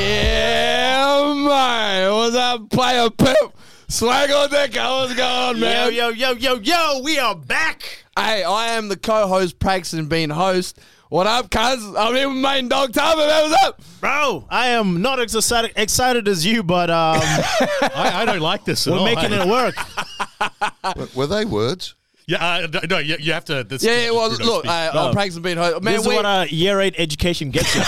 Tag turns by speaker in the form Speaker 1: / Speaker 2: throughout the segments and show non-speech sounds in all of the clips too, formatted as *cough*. Speaker 1: Yeah, mate. What's up, player pimp? Swag on deck. What's going on,
Speaker 2: Yo,
Speaker 1: man?
Speaker 2: yo, yo, yo, yo, we are back.
Speaker 1: Hey, I am the co-host, Paxton, being host. What up, cuz? I'm here with main dog Tama, man. What's up?
Speaker 2: Bro, I am not as excited, excited as you, but um,
Speaker 3: *laughs* I, I don't like this at
Speaker 2: we're
Speaker 3: all.
Speaker 2: making
Speaker 3: I-
Speaker 2: it work.
Speaker 4: Were they words?
Speaker 3: *laughs* Yeah, uh, no, no, you, you have to. This,
Speaker 1: Yeah, yeah well,
Speaker 3: Bruno
Speaker 1: look,
Speaker 3: speak.
Speaker 1: uh, I'm Paxton being host. Man,
Speaker 2: this is
Speaker 1: we,
Speaker 2: what a year eight education gets
Speaker 3: *laughs*
Speaker 2: you.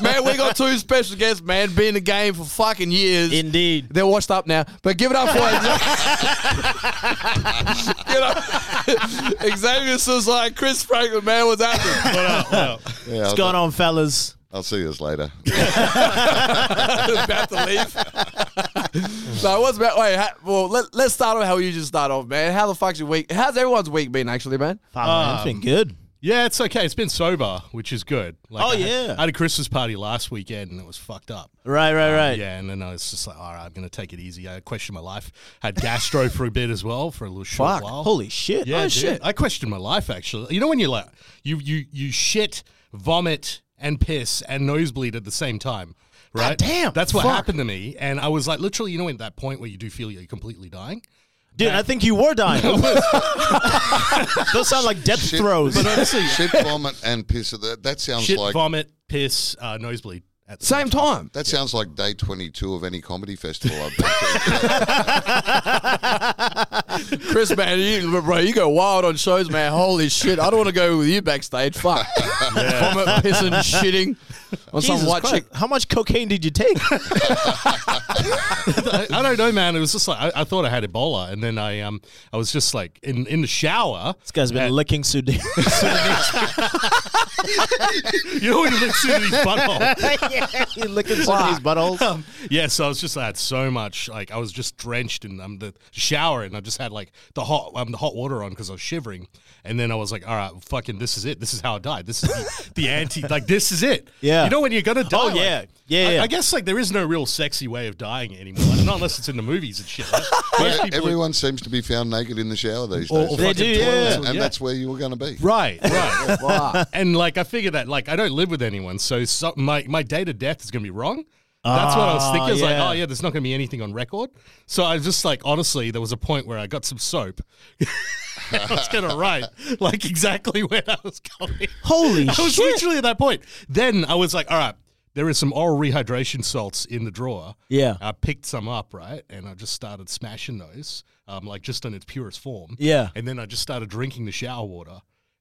Speaker 1: man, we got two special guests, man. Been in the game for fucking years.
Speaker 3: *laughs*
Speaker 2: Indeed.
Speaker 1: They're washed up now, but give it
Speaker 2: *laughs*
Speaker 1: up for *laughs* you know, *laughs* Xavier Suicide, Chris Franklin, man, what's happening?
Speaker 3: What up, what up?
Speaker 4: Yeah,
Speaker 2: *laughs* What's
Speaker 4: I'll,
Speaker 2: going on, fellas?
Speaker 4: I'll see you
Speaker 3: *laughs*
Speaker 1: *laughs*
Speaker 4: later.
Speaker 1: about to leave. *laughs* so what's about? Wait, ha, well let, let's start off how you just start off, man. How the fuck's your week? How's everyone's week been actually, man?
Speaker 2: Fuck, man, it's
Speaker 3: Um,
Speaker 2: been good.
Speaker 3: yeah, it's okay. It's been sober, which is good. Like,
Speaker 2: Oh,
Speaker 3: I had-
Speaker 2: yeah.
Speaker 3: I had a Christmas party last weekend and it was fucked up.
Speaker 2: Right, right, right.
Speaker 3: Yeah, and then I was just like, all right, I'm going to take it easy. I questioned my life. Had gastro for a bit as well for a little short
Speaker 2: Fuck.
Speaker 3: while.
Speaker 2: Holy shit.
Speaker 3: Yeah,
Speaker 2: Oh,
Speaker 3: dude.
Speaker 2: shit.
Speaker 3: I questioned my life actually. You know when you like you you you shit, vomit, and piss and nosebleed at the same time. Right?
Speaker 2: damn.
Speaker 3: That's what
Speaker 2: Fuck.
Speaker 3: happened to me. And I was like literally, you know, at that point where you do feel you're completely dying.
Speaker 2: Dude, I think you were
Speaker 3: *laughs*
Speaker 2: dying. *laughs* Those sound like death
Speaker 4: *laughs*
Speaker 2: throes.
Speaker 4: shit, vomit, and piss. That, that sounds
Speaker 3: Shit,
Speaker 4: like
Speaker 3: vomit, piss, uh, nosebleed at the
Speaker 1: Same time.
Speaker 4: that sounds like day twenty-two of any comedy festival I've
Speaker 3: *laughs*
Speaker 4: been to.
Speaker 1: Chris, man, you, bro, you go wild on shows, man. Holy shit, I don't want to go with you backstage.
Speaker 2: *laughs*
Speaker 1: Fuck, vomit, pissing, shitting on some
Speaker 2: Jesus
Speaker 1: white
Speaker 2: Christ.
Speaker 1: chick.
Speaker 2: How much cocaine did you take?
Speaker 3: I, I don't know, man. It was just like I, I thought I had Ebola, and then I um I was just like in in the shower.
Speaker 2: this guy's been
Speaker 3: and-
Speaker 2: licking Sudan.
Speaker 3: You know when you look through these
Speaker 2: *laughs*
Speaker 3: butthole.
Speaker 2: He's licking Sudanese buttholes.
Speaker 3: Um, yeah, so I was just I had so much like I was just drenched in um, the shower, and I just had like the hot um, the hot water on because I was shivering, and then I was like, all right, fucking, this is it. This is how I died. This is the, *laughs* the anti like this is it.
Speaker 2: Yeah.
Speaker 3: you know when you're gonna die.
Speaker 2: Oh,
Speaker 3: like-
Speaker 2: yeah. Yeah,
Speaker 3: I,
Speaker 2: yeah.
Speaker 3: I guess like there is no real sexy way of dying anymore, like, not unless it's in the movies and shit. Like, most people-
Speaker 4: Everyone seems to be found naked in the shower these
Speaker 3: Or-
Speaker 4: days,
Speaker 3: or
Speaker 2: They do,
Speaker 3: fucking toilets
Speaker 2: yeah.
Speaker 3: or-
Speaker 4: and that's where you were going to be.
Speaker 2: *laughs*
Speaker 3: Right, right.
Speaker 1: Fuck.
Speaker 3: and like I figure that like I don't live with anyone, so, so my my date of death is gonna be wrong. That's what I was
Speaker 2: Ah,
Speaker 3: thinking. I was
Speaker 2: yeah.
Speaker 3: like, oh yeah, there's not gonna be anything on record. So I just like honestly, there was a point where I got some soap. *laughs* I was gonna write like exactly where I was
Speaker 2: *laughs*
Speaker 3: going.
Speaker 2: Holy
Speaker 3: I was
Speaker 2: shit.
Speaker 3: literally at that point. Then I was like, all right, there is some oral rehydration salts in the drawer.
Speaker 2: Yeah.
Speaker 3: I picked some up, right? And I just started smashing those, um, like just in its purest form.
Speaker 2: Yeah.
Speaker 3: *laughs* And then I just started drinking the shower water.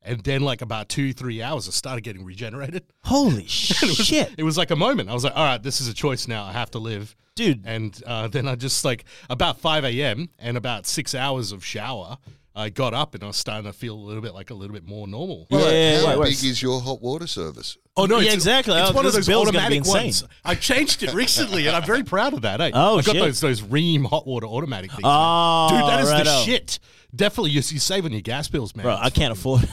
Speaker 3: And then, like, about two, three hours, I started getting regenerated. *laughs*
Speaker 2: Holy
Speaker 3: It was,
Speaker 2: shit.
Speaker 3: It was like a moment. I was like, all right, this is a choice now. I have to live.
Speaker 2: Dude.
Speaker 3: And uh, then I just, like, about 5 a.m. and about six hours of shower, I got up and I was starting to feel a little bit like a little bit more normal.
Speaker 2: Yeah, yeah, yeah.
Speaker 4: How big is your hot water service?
Speaker 3: Oh no!
Speaker 2: Yeah,
Speaker 3: it's,
Speaker 2: exactly.
Speaker 3: It's
Speaker 2: Oh,
Speaker 3: one of
Speaker 2: this
Speaker 3: those
Speaker 2: bill's gonna be
Speaker 3: automatic
Speaker 2: insane.
Speaker 3: ones. I changed it recently, and I'm very proud of that. eh?
Speaker 2: *laughs* Oh,
Speaker 3: I got
Speaker 2: shit.
Speaker 3: those those Ream hot water automatic things.
Speaker 2: Oh,
Speaker 3: Dude, that is the
Speaker 2: righto.
Speaker 3: shit. Definitely, you're, you're saving your gas bills, man.
Speaker 2: Bro, I can't afford it.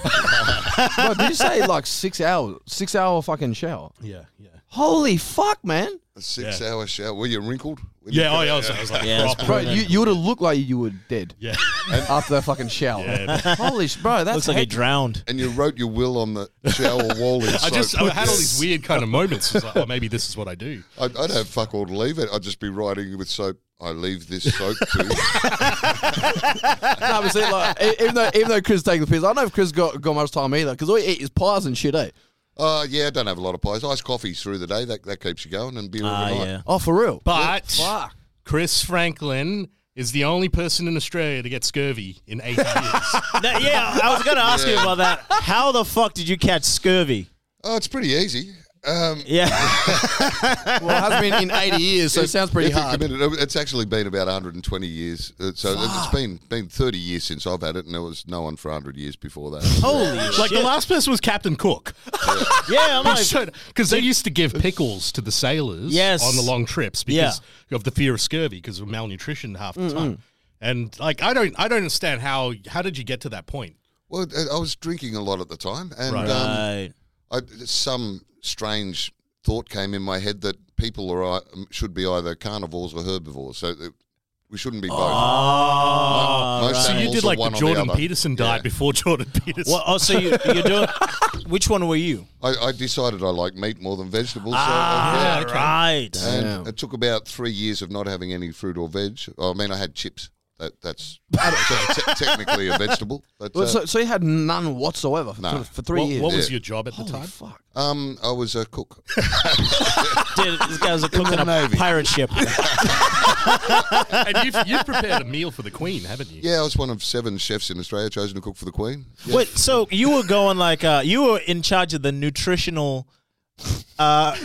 Speaker 1: Bro, did you say like six hours? Six hour fucking shower.
Speaker 3: Yeah, yeah,
Speaker 1: Holy fuck, man,
Speaker 4: A six-hour shower? Were you wrinkled? Were you-
Speaker 3: yeah. Oh, *laughs* yeah. I was, I was like,
Speaker 2: Yeah, it's
Speaker 3: proper-
Speaker 1: bro. You, you would have looked like you were dead
Speaker 3: yeah.
Speaker 1: after that fucking shower. Holy sh, bro, that's
Speaker 2: Looks like he
Speaker 1: hectic.
Speaker 2: drowned.
Speaker 4: And you wrote your will on the shower
Speaker 3: *laughs*
Speaker 4: wall in
Speaker 3: I
Speaker 4: soap.
Speaker 3: just I had all these weird kind of moments. It's like, oh, maybe this is what I do.
Speaker 4: I'd, I'd have fuck all to leave it. I'd just be writing with soap. I leave this
Speaker 3: *laughs*
Speaker 4: soap to.
Speaker 1: No, but see, like, e- even though even though Chris taking the piss, I don't know if Chris got, got much time either because all he eat is pies and shit, eh?
Speaker 4: Uh, yeah, I don't have a lot of pies. Iced coffees through the day. That, that keeps you going and beer
Speaker 2: Ah,
Speaker 4: overnight.
Speaker 2: yeah.
Speaker 1: Oh, for real.
Speaker 3: But
Speaker 1: fuck.
Speaker 3: Chris Franklin is the only person in Australia to get scurvy in eight *laughs* years.
Speaker 2: That- yeah, I was going to ask you about that. How the fuck did you catch scurvy?
Speaker 4: Oh, it's pretty easy. Um,
Speaker 2: Yeah.
Speaker 1: Well, it has been in 80 years, so it
Speaker 3: *laughs*
Speaker 1: sounds pretty
Speaker 4: if you
Speaker 1: hard.
Speaker 4: committed- uh, it's actually been about 120 years. Uh, So it's been been 30 years since I've had it, and there was no one for 100 years before
Speaker 3: *laughs*
Speaker 4: that.
Speaker 2: Holy
Speaker 3: Like
Speaker 2: shit.
Speaker 3: the last person was Captain Cook.
Speaker 2: yeah, I'm like,
Speaker 3: Because Oh, they used to give pickles to the sailors
Speaker 2: Yes.
Speaker 3: on the long trips because of the fear of scurvy because of malnutrition half the time. And like I don't I don't understand how how did you get to that point?
Speaker 4: Well, uh, I- I was drinking a lot at the time, and
Speaker 3: Right.
Speaker 4: um,
Speaker 2: Right.
Speaker 4: I, some strange thought came in my head that people are ei- should be either carnivores or herbivores. So that we shouldn't be both. Most
Speaker 3: Ah, so you
Speaker 4: animals
Speaker 3: did
Speaker 4: are
Speaker 3: like the
Speaker 4: one or
Speaker 3: Jordan
Speaker 4: other.
Speaker 3: Peterson diet before *laughs* Jordan Peterson.
Speaker 2: Well, oh, so you, you're doing. Which one were you?
Speaker 4: I, I decided I like meat more than vegetables. so, I- yeah.
Speaker 2: Ah, right.
Speaker 4: And it took about three years of not having any fruit or veg. I mean, I had chips. That,
Speaker 5: *laughs*
Speaker 4: that's so te- technically a vegetable. But
Speaker 5: Well,
Speaker 4: uh,
Speaker 5: so, so you had none whatsoever for,
Speaker 4: No.
Speaker 5: for three
Speaker 3: what,
Speaker 5: years.
Speaker 3: what was
Speaker 4: Yeah.
Speaker 3: your job at the
Speaker 5: Holy
Speaker 3: time?
Speaker 5: fuck.
Speaker 4: um, I was a
Speaker 5: *laughs*
Speaker 4: cook.
Speaker 2: Dude, this guy was cooking
Speaker 4: the
Speaker 2: a
Speaker 4: Navy.
Speaker 2: pirate ship.
Speaker 3: and you've, you've prepared a meal for the Queen, haven't you?
Speaker 4: Yeah, I was one of seven chefs in Australia chosen to cook for the Queen. Yeah.
Speaker 2: Wait, so you were going like uh, you were in charge of the nutritional uh,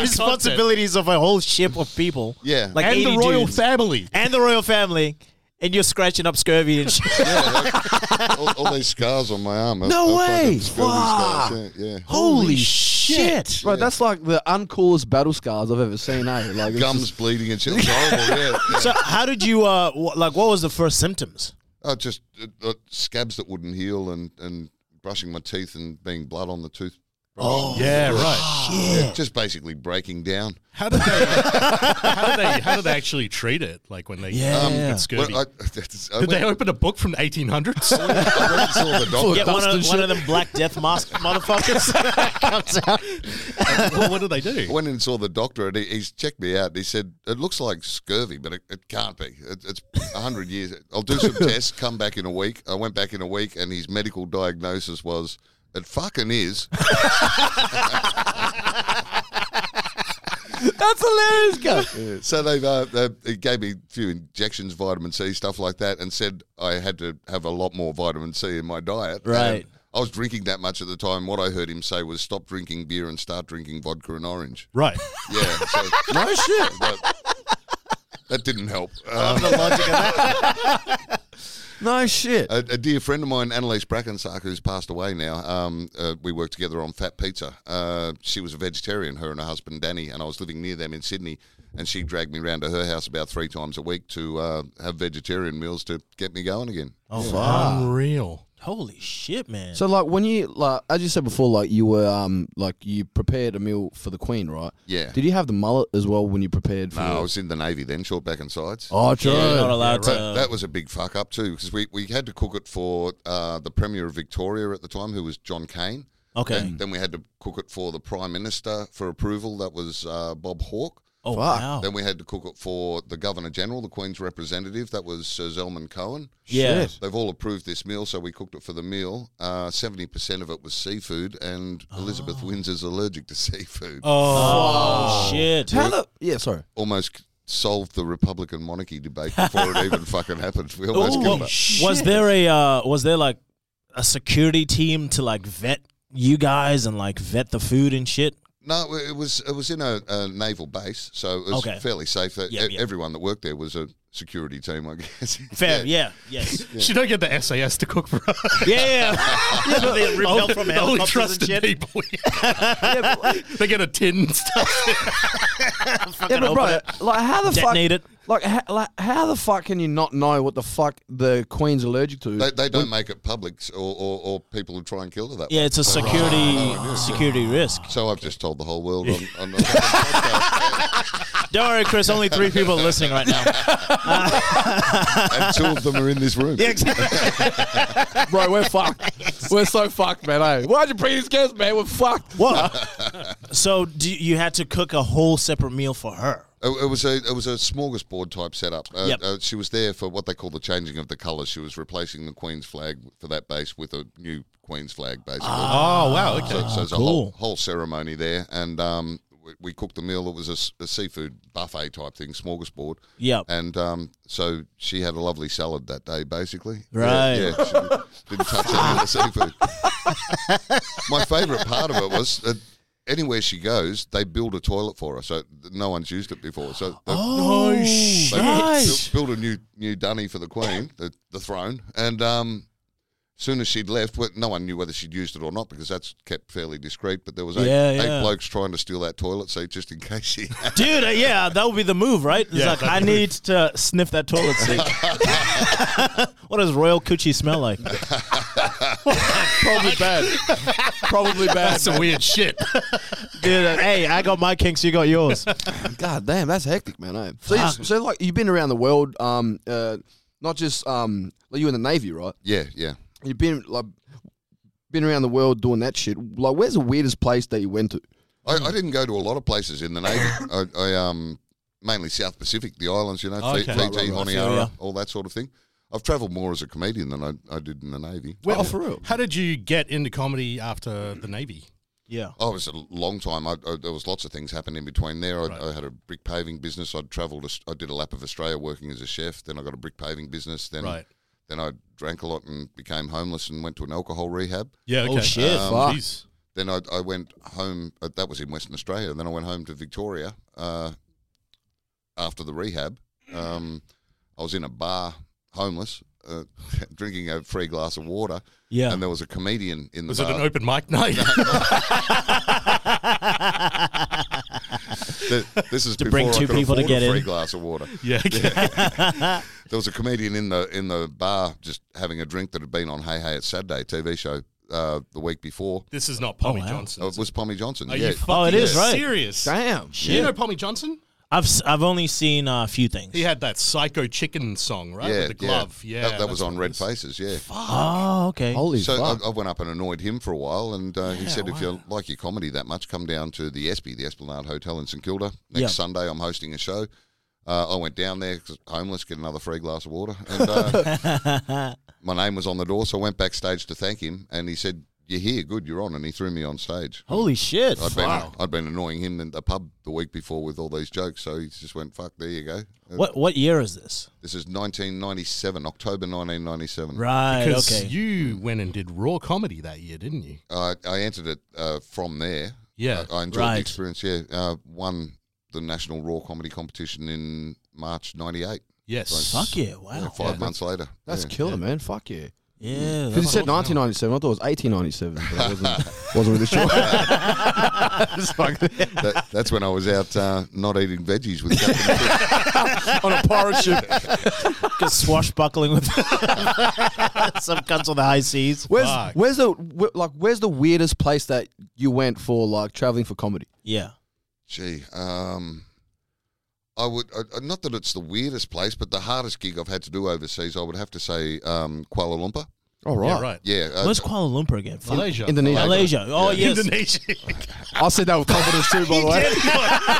Speaker 2: responsibilities of a whole ship of people.
Speaker 4: Yeah.
Speaker 2: like
Speaker 3: and the
Speaker 2: 80
Speaker 3: royal
Speaker 2: dudes.
Speaker 3: family.
Speaker 2: and the royal family, and you're scratching up scurvy and shit.
Speaker 5: *laughs*
Speaker 4: all, all these scars on my arm.
Speaker 5: No way.
Speaker 4: Wow. Yeah, yeah.
Speaker 5: Holy shit.
Speaker 2: shit.
Speaker 5: Right, that's like the uncoolest battle scars I've ever seen, eh? Like it's *laughs*
Speaker 4: Gums
Speaker 5: just-
Speaker 4: bleeding and shit. It was horrible.
Speaker 5: *laughs*
Speaker 4: Yeah. yeah.
Speaker 2: So how did you uh wh- like? What was the first symptoms?
Speaker 4: Oh, just uh, uh, scabs that wouldn't heal and, and brushing my teeth and being blood on the tooth. Oh,
Speaker 3: Yeah, right.
Speaker 4: yeah. *coughs* Just basically breaking down.
Speaker 3: How did they? how did they? How did they actually treat it? Like when they yeah. um,
Speaker 2: Yeah.
Speaker 3: got scurvy?
Speaker 4: Well, I, *laughs* that's- I
Speaker 3: did they *laughs*
Speaker 4: went-
Speaker 3: open a book from
Speaker 4: *laughs*
Speaker 3: the 1800s?
Speaker 4: I went and saw the doctor.
Speaker 2: Get one of, one of them black death mask motherfuckers comes out.
Speaker 3: well, what do they do?
Speaker 4: I went and saw the doctor, and he, he's checked me out. And he said, "It looks like scurvy, but it, it can't be. It, it's hundred years. I'll do
Speaker 3: *laughs*
Speaker 4: some tests. Come back in a week." I went back in a week, and his medical diagnosis was, "It fucking is."
Speaker 5: That's hilarious, guy.
Speaker 4: so they, uh, they he gave me a few injections, vitamin C, stuff like that, and said I had to have a lot more vitamin C in my diet.
Speaker 2: Right.
Speaker 4: And I was drinking that much at the time. What I heard him say was, "Stop drinking beer and start drinking vodka and orange."
Speaker 3: Right.
Speaker 4: Yeah. So, *laughs* no shit. that didn't help. Um,
Speaker 5: No shit.
Speaker 4: A, a dear friend of mine, Annalise Brackensack, who's passed away now, um, uh, we worked together on Fat Pizza. Uh, she was a vegetarian, her and her husband Danny, and I was living near them in Sydney. And she dragged me round to her house about three times a week to uh, have vegetarian meals to get me going again.
Speaker 2: Oh,
Speaker 4: Ah.
Speaker 3: Unreal.
Speaker 2: Holy shit, man!
Speaker 5: So like when you like as you said before, like you were um like you prepared a meal for the Queen, right?
Speaker 4: Yeah.
Speaker 5: Did you have the mullet as well when you prepared for
Speaker 4: No, I
Speaker 5: the
Speaker 4: was in the Navy then, short back and sides.
Speaker 5: Oh true.
Speaker 2: yeah, you're not allowed
Speaker 4: So
Speaker 2: to.
Speaker 4: that was a big fuck up too, because we, we had to cook it for uh, the Premier of Victoria at the time, who was John Cain.
Speaker 2: okay.
Speaker 4: And then we had to cook it for the Prime Minister for approval. That was uh, Bob Hawke.
Speaker 2: oh wow.
Speaker 4: Then we had to cook it for the Governor General, the Queen's representative. That was Sir Zelman Cohen.
Speaker 2: Yeah.
Speaker 4: They've all approved this meal, so we cooked it for the meal. Uh, Seventy percent of it was seafood, and Elizabeth Windsor's allergic to *laughs* seafood.
Speaker 2: Oh, shit.
Speaker 5: How the Yeah, sorry.
Speaker 4: Almost solved the Republican monarchy debate before
Speaker 2: *laughs*
Speaker 4: it even fucking happened. We almost
Speaker 2: Well,
Speaker 4: killed it.
Speaker 2: was there a uh, was there like a security team to like vet you guys and like vet the food and shit?
Speaker 4: No, it was it was in a, a naval base, so it was
Speaker 2: Okay.
Speaker 4: fairly safe. That
Speaker 2: Yeah,
Speaker 4: e-
Speaker 2: yeah.
Speaker 4: everyone that worked there was a security team, I *laughs* guess.
Speaker 2: Fair, yeah, yes,
Speaker 3: She don't get the SAS to cook for us.
Speaker 2: *laughs* yeah, *laughs* yeah. yeah they repelled from
Speaker 3: The *laughs*
Speaker 2: helicopters
Speaker 3: only
Speaker 2: and
Speaker 3: trusted
Speaker 2: shit.
Speaker 3: people.
Speaker 2: *laughs*
Speaker 3: they get a tin and stuff.
Speaker 5: Yeah, but
Speaker 2: open
Speaker 5: bro, like how the
Speaker 2: Detonate
Speaker 5: fuck
Speaker 2: it.
Speaker 5: Like, ha, like how the fuck can you not know what the fuck the Queen's allergic to?
Speaker 4: They, they don't make it public, s- or, or, or people would try and kill her that
Speaker 2: Yeah, it's a security security risk.
Speaker 4: So I've just told the whole world
Speaker 3: *laughs*
Speaker 4: on, on the podcast,
Speaker 2: Don't worry, Chris. Only three people are listening right *laughs* now.
Speaker 4: and two of them are in this room.
Speaker 5: bro, we're
Speaker 4: *laughs*
Speaker 5: fucked. we're so fucked, man. Eh? Why'd you bring this guest, man? We're fucked.
Speaker 2: What? so do you you had to cook a whole separate meal for her?
Speaker 4: It, it was a it was a smorgasbord type setup. Uh,
Speaker 2: Yep.
Speaker 4: uh, she was there for what they call the changing of the colours. She was replacing the Queen's flag for that base with a new Queen's flag, basically.
Speaker 3: Oh wow. Okay.
Speaker 4: so, so there's a
Speaker 2: cool.
Speaker 4: whole, whole ceremony there, and um, we, we cooked the meal. It was a s- a, seafood buffet type thing, smorgasbord.
Speaker 2: Yep.
Speaker 4: And um, so she had a lovely salad that day, basically.
Speaker 2: Right.
Speaker 4: Yeah, yeah, *laughs* she didn't touch any of the seafood. My favourite part of it was that anywhere she goes, they build a toilet for her. So th- no one's used it before. So they,
Speaker 2: Oh,
Speaker 4: they
Speaker 2: shit.
Speaker 4: built- built a new new dunny for the queen, the, the throne, and um, soon as she'd left, well, no one knew whether she'd used it or not because that's kept fairly discreet. But there was eight,
Speaker 2: Yeah, yeah.
Speaker 4: eight blokes trying to steal that toilet seat just in case she.
Speaker 2: *laughs* Dude, uh, yeah, that would be the move, right? It's like, I need to sniff that toilet
Speaker 3: *laughs*
Speaker 2: seat. what does royal coochie smell
Speaker 3: *laughs*
Speaker 2: like?
Speaker 1: Probably bad. Probably bad.
Speaker 3: That's some weird shit.
Speaker 2: Dude, uh, hey, I got my kinks, you got yours.
Speaker 5: God damn, that's hectic, man. eh? So, you, so like you've been around the world, um, uh, not just um, like you in the navy, right?
Speaker 4: yeah, yeah.
Speaker 5: You've been like been around the world doing that shit. Like, where's the weirdest place that you went to?
Speaker 4: I, I didn't go to a lot of places in the
Speaker 3: *laughs*
Speaker 4: navy. I, I um mainly South Pacific, the islands, you know, Fi- Fiji,
Speaker 3: Okay. Right, right, right.
Speaker 4: Honiara,
Speaker 2: Yeah.
Speaker 4: all that sort of thing. I've travelled more as a comedian than I, I did in the navy.
Speaker 3: Well, for real. How did you get into comedy after the Navy?
Speaker 2: Yeah.
Speaker 4: Oh, it was a long time. I, I, there was lots of things happened in between there. I, I had a brick paving business. I'd travelled. Aus- I did a lap of Australia working as a chef. Then I got a brick paving business. Then
Speaker 3: Right.
Speaker 4: then I drank a lot and became homeless and went to an alcohol rehab.
Speaker 3: Yeah. Um,
Speaker 2: Oh, shit.
Speaker 5: Fuck.
Speaker 3: Jeez.
Speaker 4: Then I, I went home. Uh, that was in Western Australia. Then I went home to Victoria uh, after the rehab. Um, I was in a bar, homeless, uh, *laughs* drinking a free glass of water,
Speaker 2: Yeah.
Speaker 4: and there was a comedian in the
Speaker 3: Was it
Speaker 4: bar.
Speaker 3: an open
Speaker 4: *laughs*
Speaker 3: mic night?
Speaker 4: Th- this is to
Speaker 2: bring two people *laughs* to get
Speaker 4: a free
Speaker 2: in.
Speaker 4: glass of water.
Speaker 3: *laughs* yeah. okay.
Speaker 4: There was a comedian in the in the bar just having a drink that had been on Hey Hey It's Saturday TV show uh, the week before.
Speaker 3: This is not Pommy
Speaker 2: wow.
Speaker 3: Johnson.
Speaker 4: Oh, it was Pommy Johnson.
Speaker 3: Are
Speaker 4: yeah.
Speaker 3: you fucking
Speaker 2: Oh, it is, right.
Speaker 3: serious?
Speaker 5: Damn.
Speaker 3: Do you know Pommy Johnson?
Speaker 2: I've, s- I've only seen uh, a few things.
Speaker 3: He had that Psycho Chicken song, right?
Speaker 4: yeah,
Speaker 3: With the glove. Yeah.
Speaker 4: that, that was
Speaker 3: that's
Speaker 4: on
Speaker 3: what
Speaker 4: Red
Speaker 3: it is.
Speaker 4: Faces. Yeah,
Speaker 2: Oh, okay.
Speaker 5: Holy
Speaker 4: so uh,
Speaker 5: fuck!
Speaker 4: I, I went up and annoyed him for a while, and uh, he said, "If you like your comedy that much, come down to the Espy, the Esplanade Hotel in St Kilda next
Speaker 2: Yeah.
Speaker 4: Sunday. I'm hosting a show." Uh, I went down there 'cause homeless, get another free glass of water, and uh,
Speaker 2: *laughs*
Speaker 4: my name was on the door. So I went backstage to thank him, and he said, "You're here, good, you're on." And he threw me on stage.
Speaker 2: Holy shit.
Speaker 4: I'd been I'd been annoying him in the pub the week before with all these jokes, so he just went, "Fuck, there you go." Uh,
Speaker 2: What, what year is this?
Speaker 4: This is 1997, October 1997.
Speaker 2: Right,
Speaker 3: Because
Speaker 2: okay.
Speaker 3: you went and did raw comedy that year, didn't you?
Speaker 4: I, I entered it uh, from there.
Speaker 3: Yeah.
Speaker 4: I, I enjoyed
Speaker 2: Right.
Speaker 4: the experience. Yeah, uh, won the national raw comedy competition in March '98.
Speaker 3: Yes.
Speaker 2: Fuck Oh, yeah, wow.
Speaker 4: Five months later,
Speaker 5: that's
Speaker 4: yeah.
Speaker 5: killer, man. Fuck yeah.
Speaker 2: Yeah.
Speaker 5: Because
Speaker 2: that's-
Speaker 5: he said 1997, I thought it was 1897, but I wasn't, wasn't really sure.
Speaker 4: That- that's when I was out uh, not eating veggies with Captain Cook.
Speaker 1: On a pirate ship.
Speaker 2: Get swashbuckling with *laughs* some cunts on the high seas.
Speaker 5: Where's
Speaker 3: Fuck.
Speaker 5: where's the wh- like where's the weirdest place that you went for like traveling for comedy?
Speaker 2: Yeah.
Speaker 4: Gee, um, I would uh, not that it's the weirdest place, but the hardest gig I've had to do overseas, I would have to say um, Kuala Lumpur.
Speaker 5: All right,
Speaker 3: Yeah, right.
Speaker 4: Yeah, uh,
Speaker 2: Where's Kuala Lumpur again? Fuck.
Speaker 3: Malaysia.
Speaker 5: Indonesia.
Speaker 2: Malaysia. Oh, yes.
Speaker 3: *laughs* Indonesia.
Speaker 5: I said that with confidence too, by the way.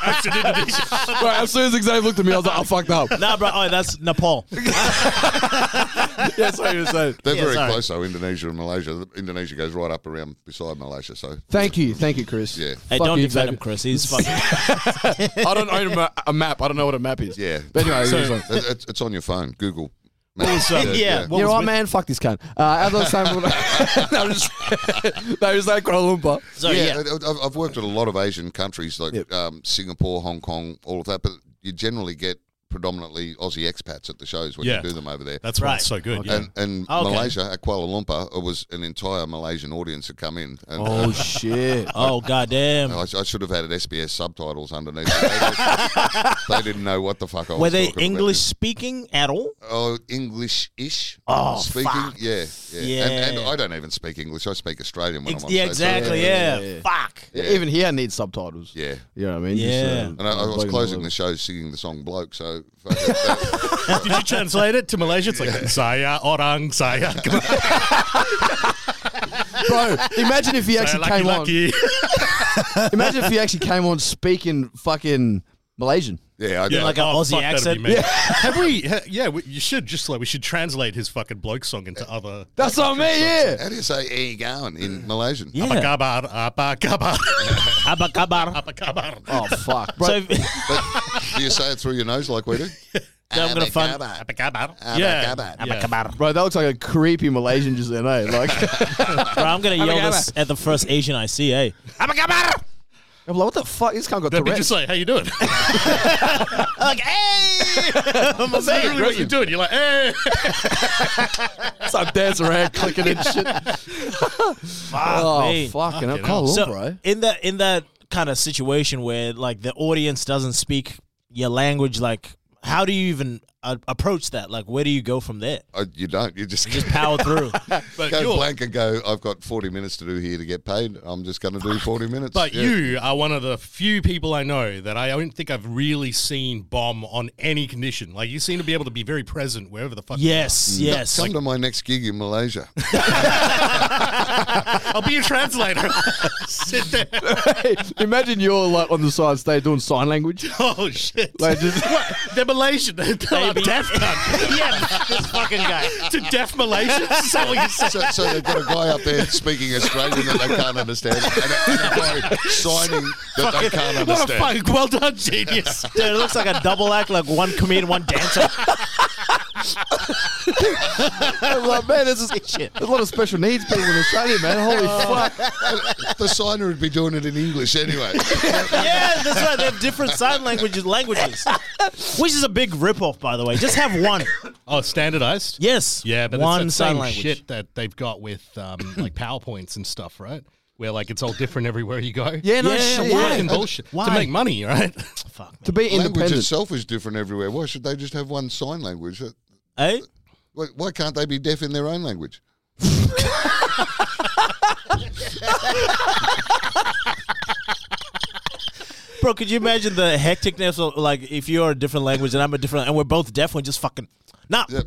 Speaker 3: That's in Indonesia.
Speaker 1: Right, as soon as Xavier looked at me, I was like, I fucked up.
Speaker 2: Nah, bro. Oh, that's Nepal.
Speaker 1: Yeah, sorry to say.
Speaker 4: They're
Speaker 2: Yeah,
Speaker 4: very
Speaker 2: sorry.
Speaker 4: close though, Indonesia and Malaysia. Indonesia goes right up around beside Malaysia, so
Speaker 5: Thank you, thank you, Chris.
Speaker 4: Yeah.
Speaker 2: Hey,
Speaker 5: Fuck
Speaker 2: don't
Speaker 5: you,
Speaker 2: defend
Speaker 5: Xavier.
Speaker 2: him, Chris. He's fucking.
Speaker 1: I don't own a, ma- a map. I don't know what a map is.
Speaker 4: yeah.
Speaker 5: But anyway,
Speaker 4: So-
Speaker 5: it was
Speaker 4: It- it's, it's on your phone. Google.
Speaker 2: uh, yeah.
Speaker 5: You know what, man? Fuck this cunt. Uh, as I *laughs* was saying,
Speaker 1: no, I'm just,
Speaker 5: *laughs*
Speaker 1: no, just like Kuala Lumpur.
Speaker 2: So,
Speaker 4: yeah,
Speaker 2: yeah.
Speaker 4: I- I've, I've worked at a lot of Asian countries like um, Singapore, Hong Kong, all of that, but you generally get predominantly Aussie expats at the shows when
Speaker 3: Yeah.
Speaker 4: you do them over there.
Speaker 3: That's why
Speaker 2: Right.
Speaker 3: it's so good. Yeah.
Speaker 4: And, and
Speaker 2: Ah, Okay.
Speaker 4: Malaysia at Kuala Lumpur, it was an entire Malaysian audience had come in. And, uh,
Speaker 5: oh shit!
Speaker 2: Oh, goddamn.
Speaker 4: I, I should have added SBS subtitles underneath. it.
Speaker 2: *laughs*
Speaker 4: they didn't know what the fuck I was
Speaker 2: Were they
Speaker 4: talking about.
Speaker 2: English speaking at all?
Speaker 4: Oh, English-ish.
Speaker 2: Oh,
Speaker 4: speaking.
Speaker 2: fuck.
Speaker 4: Yeah, yeah. And, and
Speaker 2: Yeah.
Speaker 4: I don't even speak English. I speak Australian when
Speaker 2: Ex-
Speaker 4: I'm on
Speaker 2: yeah,
Speaker 4: stage, so-
Speaker 2: exactly. Yeah. Fuck.
Speaker 5: *laughs* Even here needs subtitles.
Speaker 4: Yeah.
Speaker 5: you know what I mean. Just, uh,
Speaker 2: Yeah.
Speaker 4: And I, I was
Speaker 5: bloke
Speaker 4: closing
Speaker 5: in
Speaker 4: the show singing the song "Bloke," so fuck it, that-
Speaker 3: Did you translate it to Malaysia? It's like saya orang saya.
Speaker 5: bro. Imagine if he actually
Speaker 3: lucky,
Speaker 5: came
Speaker 3: lucky. *laughs*
Speaker 5: on. Imagine if he actually came on speaking fucking Malaysian.
Speaker 4: yeah, I
Speaker 3: Yeah.
Speaker 4: know.
Speaker 2: Like an
Speaker 3: Oh,
Speaker 2: Aussie
Speaker 3: fuck, that'd
Speaker 2: accent.
Speaker 3: be me. Have we? ha- yeah, we, you should just like we should translate his fucking bloke song into other.
Speaker 5: That's what I mean. Yeah.
Speaker 4: How do you say "Here you going" in Malaysian?
Speaker 2: Yeah.
Speaker 3: Apa kabar? Apa kabar?
Speaker 2: Abba kabar.
Speaker 3: *laughs* Apa kabar?
Speaker 5: Oh fuck, bro.
Speaker 2: So, if- *laughs*
Speaker 4: Do you say it through your nose like we do?
Speaker 2: so I'm going to find.
Speaker 3: Apa kabar?
Speaker 4: Apa
Speaker 3: Yeah.
Speaker 4: kabar?
Speaker 3: Yeah.
Speaker 2: Abba kabar.
Speaker 5: bro, that looks like a creepy Malaysian just *laughs* then, eh? Like,
Speaker 2: Bro, I'm gonna yell this at the first Asian I see. Hey,
Speaker 5: I'm like, what the fuck? This cunt got
Speaker 3: They'd be
Speaker 5: Tourette's.
Speaker 3: just like, "How you doing?" *laughs*
Speaker 2: Like, hey,
Speaker 4: *laughs*
Speaker 2: I'm a
Speaker 3: That's
Speaker 2: man.
Speaker 3: literally what you're doing. You're like, "Hey." *laughs*
Speaker 1: Start dancing around, clicking and
Speaker 3: *laughs*
Speaker 1: shit.
Speaker 5: oh,
Speaker 2: me.
Speaker 5: fucking, hell.
Speaker 3: Fucking
Speaker 5: Call on,
Speaker 3: hell.
Speaker 2: so
Speaker 5: bro.
Speaker 2: in that in that kind of situation where like the audience doesn't speak your language, like how do you even uh, approach that? Like, where do you go from there?
Speaker 4: Uh, you don't. You just,
Speaker 2: Just power through.
Speaker 3: But
Speaker 4: go
Speaker 3: you're-
Speaker 4: blank and go. I've got 40 minutes to do here to get paid. I'm just going to do 40 minutes.
Speaker 3: But
Speaker 4: Yeah.
Speaker 3: you are one of the few people I know that I don't think I've really seen bomb on any condition. Like you seem to be able to be very present wherever the fuck. you
Speaker 2: *laughs* yes, yes.
Speaker 4: come to my next gig in Malaysia.
Speaker 3: are. I'll be your translator. *laughs* Sit there. *laughs*
Speaker 1: Hey, imagine you're like on the side stage doing sign language.
Speaker 3: Oh shit!
Speaker 1: Like
Speaker 5: *laughs*
Speaker 1: just
Speaker 3: What? They're Malaysian. They're *laughs* like
Speaker 2: Baby.
Speaker 3: deaf cunt.
Speaker 2: *laughs* yeah, this fucking guy.
Speaker 3: to deaf
Speaker 2: *laughs*
Speaker 3: Malaysians. Is that what you said? *laughs*
Speaker 4: so, so they've got a guy up there speaking Australian that they can't understand, and a, and a guy signing that they can't
Speaker 3: What a
Speaker 4: understand.
Speaker 3: fuck! Well done, genius.
Speaker 2: *laughs* Dude, it looks like a double act, like one comedian, one dancer.
Speaker 3: *laughs*
Speaker 5: I'm like, man,
Speaker 2: *laughs*
Speaker 5: there's, a-
Speaker 2: Shit.
Speaker 5: there's a lot of special needs people in Australia, man. Holy fuck.
Speaker 4: the signer would be doing it in English anyway.
Speaker 2: Yeah, that's right. They have different sign languages, languages, which is a big ripoff, by the way. Just have one.
Speaker 3: Oh, standardized.
Speaker 2: Yes.
Speaker 3: Yeah, but
Speaker 2: one
Speaker 3: it's that
Speaker 2: sign
Speaker 3: same
Speaker 2: language.
Speaker 3: shit that they've got with
Speaker 2: *coughs*
Speaker 3: um, like powerpoints and stuff, right? Where like it's all different everywhere you go.
Speaker 5: Yeah, no
Speaker 2: Yeah,
Speaker 5: shit.
Speaker 2: yeah,
Speaker 5: yeah.
Speaker 3: fucking bullshit
Speaker 2: Why?
Speaker 3: to make money, right?
Speaker 2: Fuck.
Speaker 5: To be
Speaker 4: language
Speaker 5: independent.
Speaker 4: itself is different everywhere. Why should they just have one sign language?
Speaker 2: Hey,
Speaker 4: Why, why can't they be deaf in their own language?
Speaker 2: bro, could you imagine the hecticness of like if you're a different language and I'm a different, and we're both deaf, we're just fucking nah,
Speaker 4: Yeah.